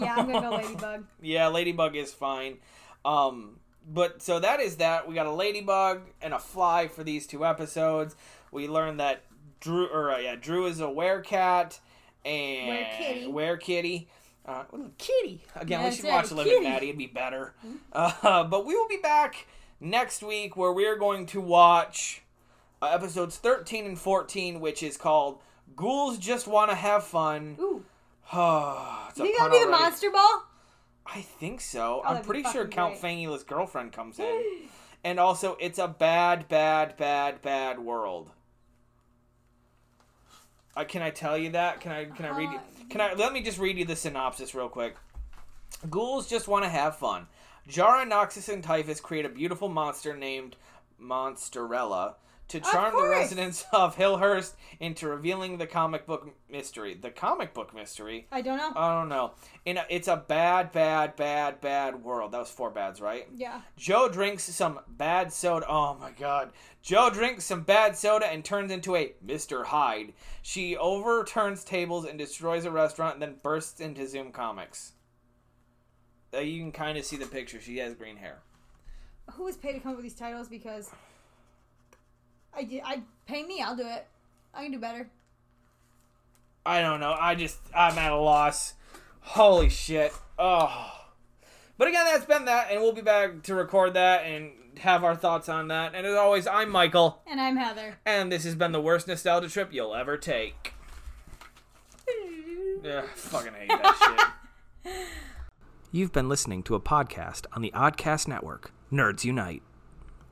Yeah, I'm gonna go ladybug.
Yeah, ladybug is fine. Um, but so that is that. We got a ladybug and a fly for these two episodes. We learned that Drew, or uh, yeah, Drew is a werecat and
Werekitty.
werekitty. Uh, well, kitty again.
Yeah,
we should watch
that's it,
Living
kitty. Mm-hmm.
Maddie. It'd be better. Uh, but we will be back next week where we are going to watch uh, episodes thirteen and fourteen, which is called "Ghouls Just Want to Have Fun."
Ooh,
it's a
you
pun
gonna be the
already.
monster ball?
I think so.
Oh,
I'm
that'd be
pretty sure
fucking
Count
great.
Fangula's girlfriend comes in. and also, it's a bad, bad, bad, bad world. Uh, can I tell you that? Can I can I read you?
Uh,
Can I let me just read you the synopsis real quick. Ghouls just want to have fun. Jara, Noxus, and Typhus create a beautiful monster named Monsterella to charm the
course.
residents of Hillhurst into revealing the comic book mystery. The comic book mystery.
I don't know.
I don't know. In a, it's a bad, bad, bad, bad world. That was four bads, right?
yeah.
Joe drinks some bad soda. Oh my god. Joe drinks some bad soda and turns into a Mr. Hyde. She overturns tables and destroys a restaurant and then bursts into Zoom Comics. Uh, you can kind of see the picture. She has green hair.
Who was paid to come up with these titles? Because I did. I pay me. I'll do it. I can do better.
I don't know. I just I'm at a loss. Holy shit. Oh. But again, that's been that, and we'll be back to record that and have our thoughts on that. And as always, I'm Michael,
And I'm Heather.
and this has been the worst nostalgia trip you'll ever take. Yeah, I fucking hate that shit. You've been listening to a podcast on the Oddcast Network, Nerds Unite.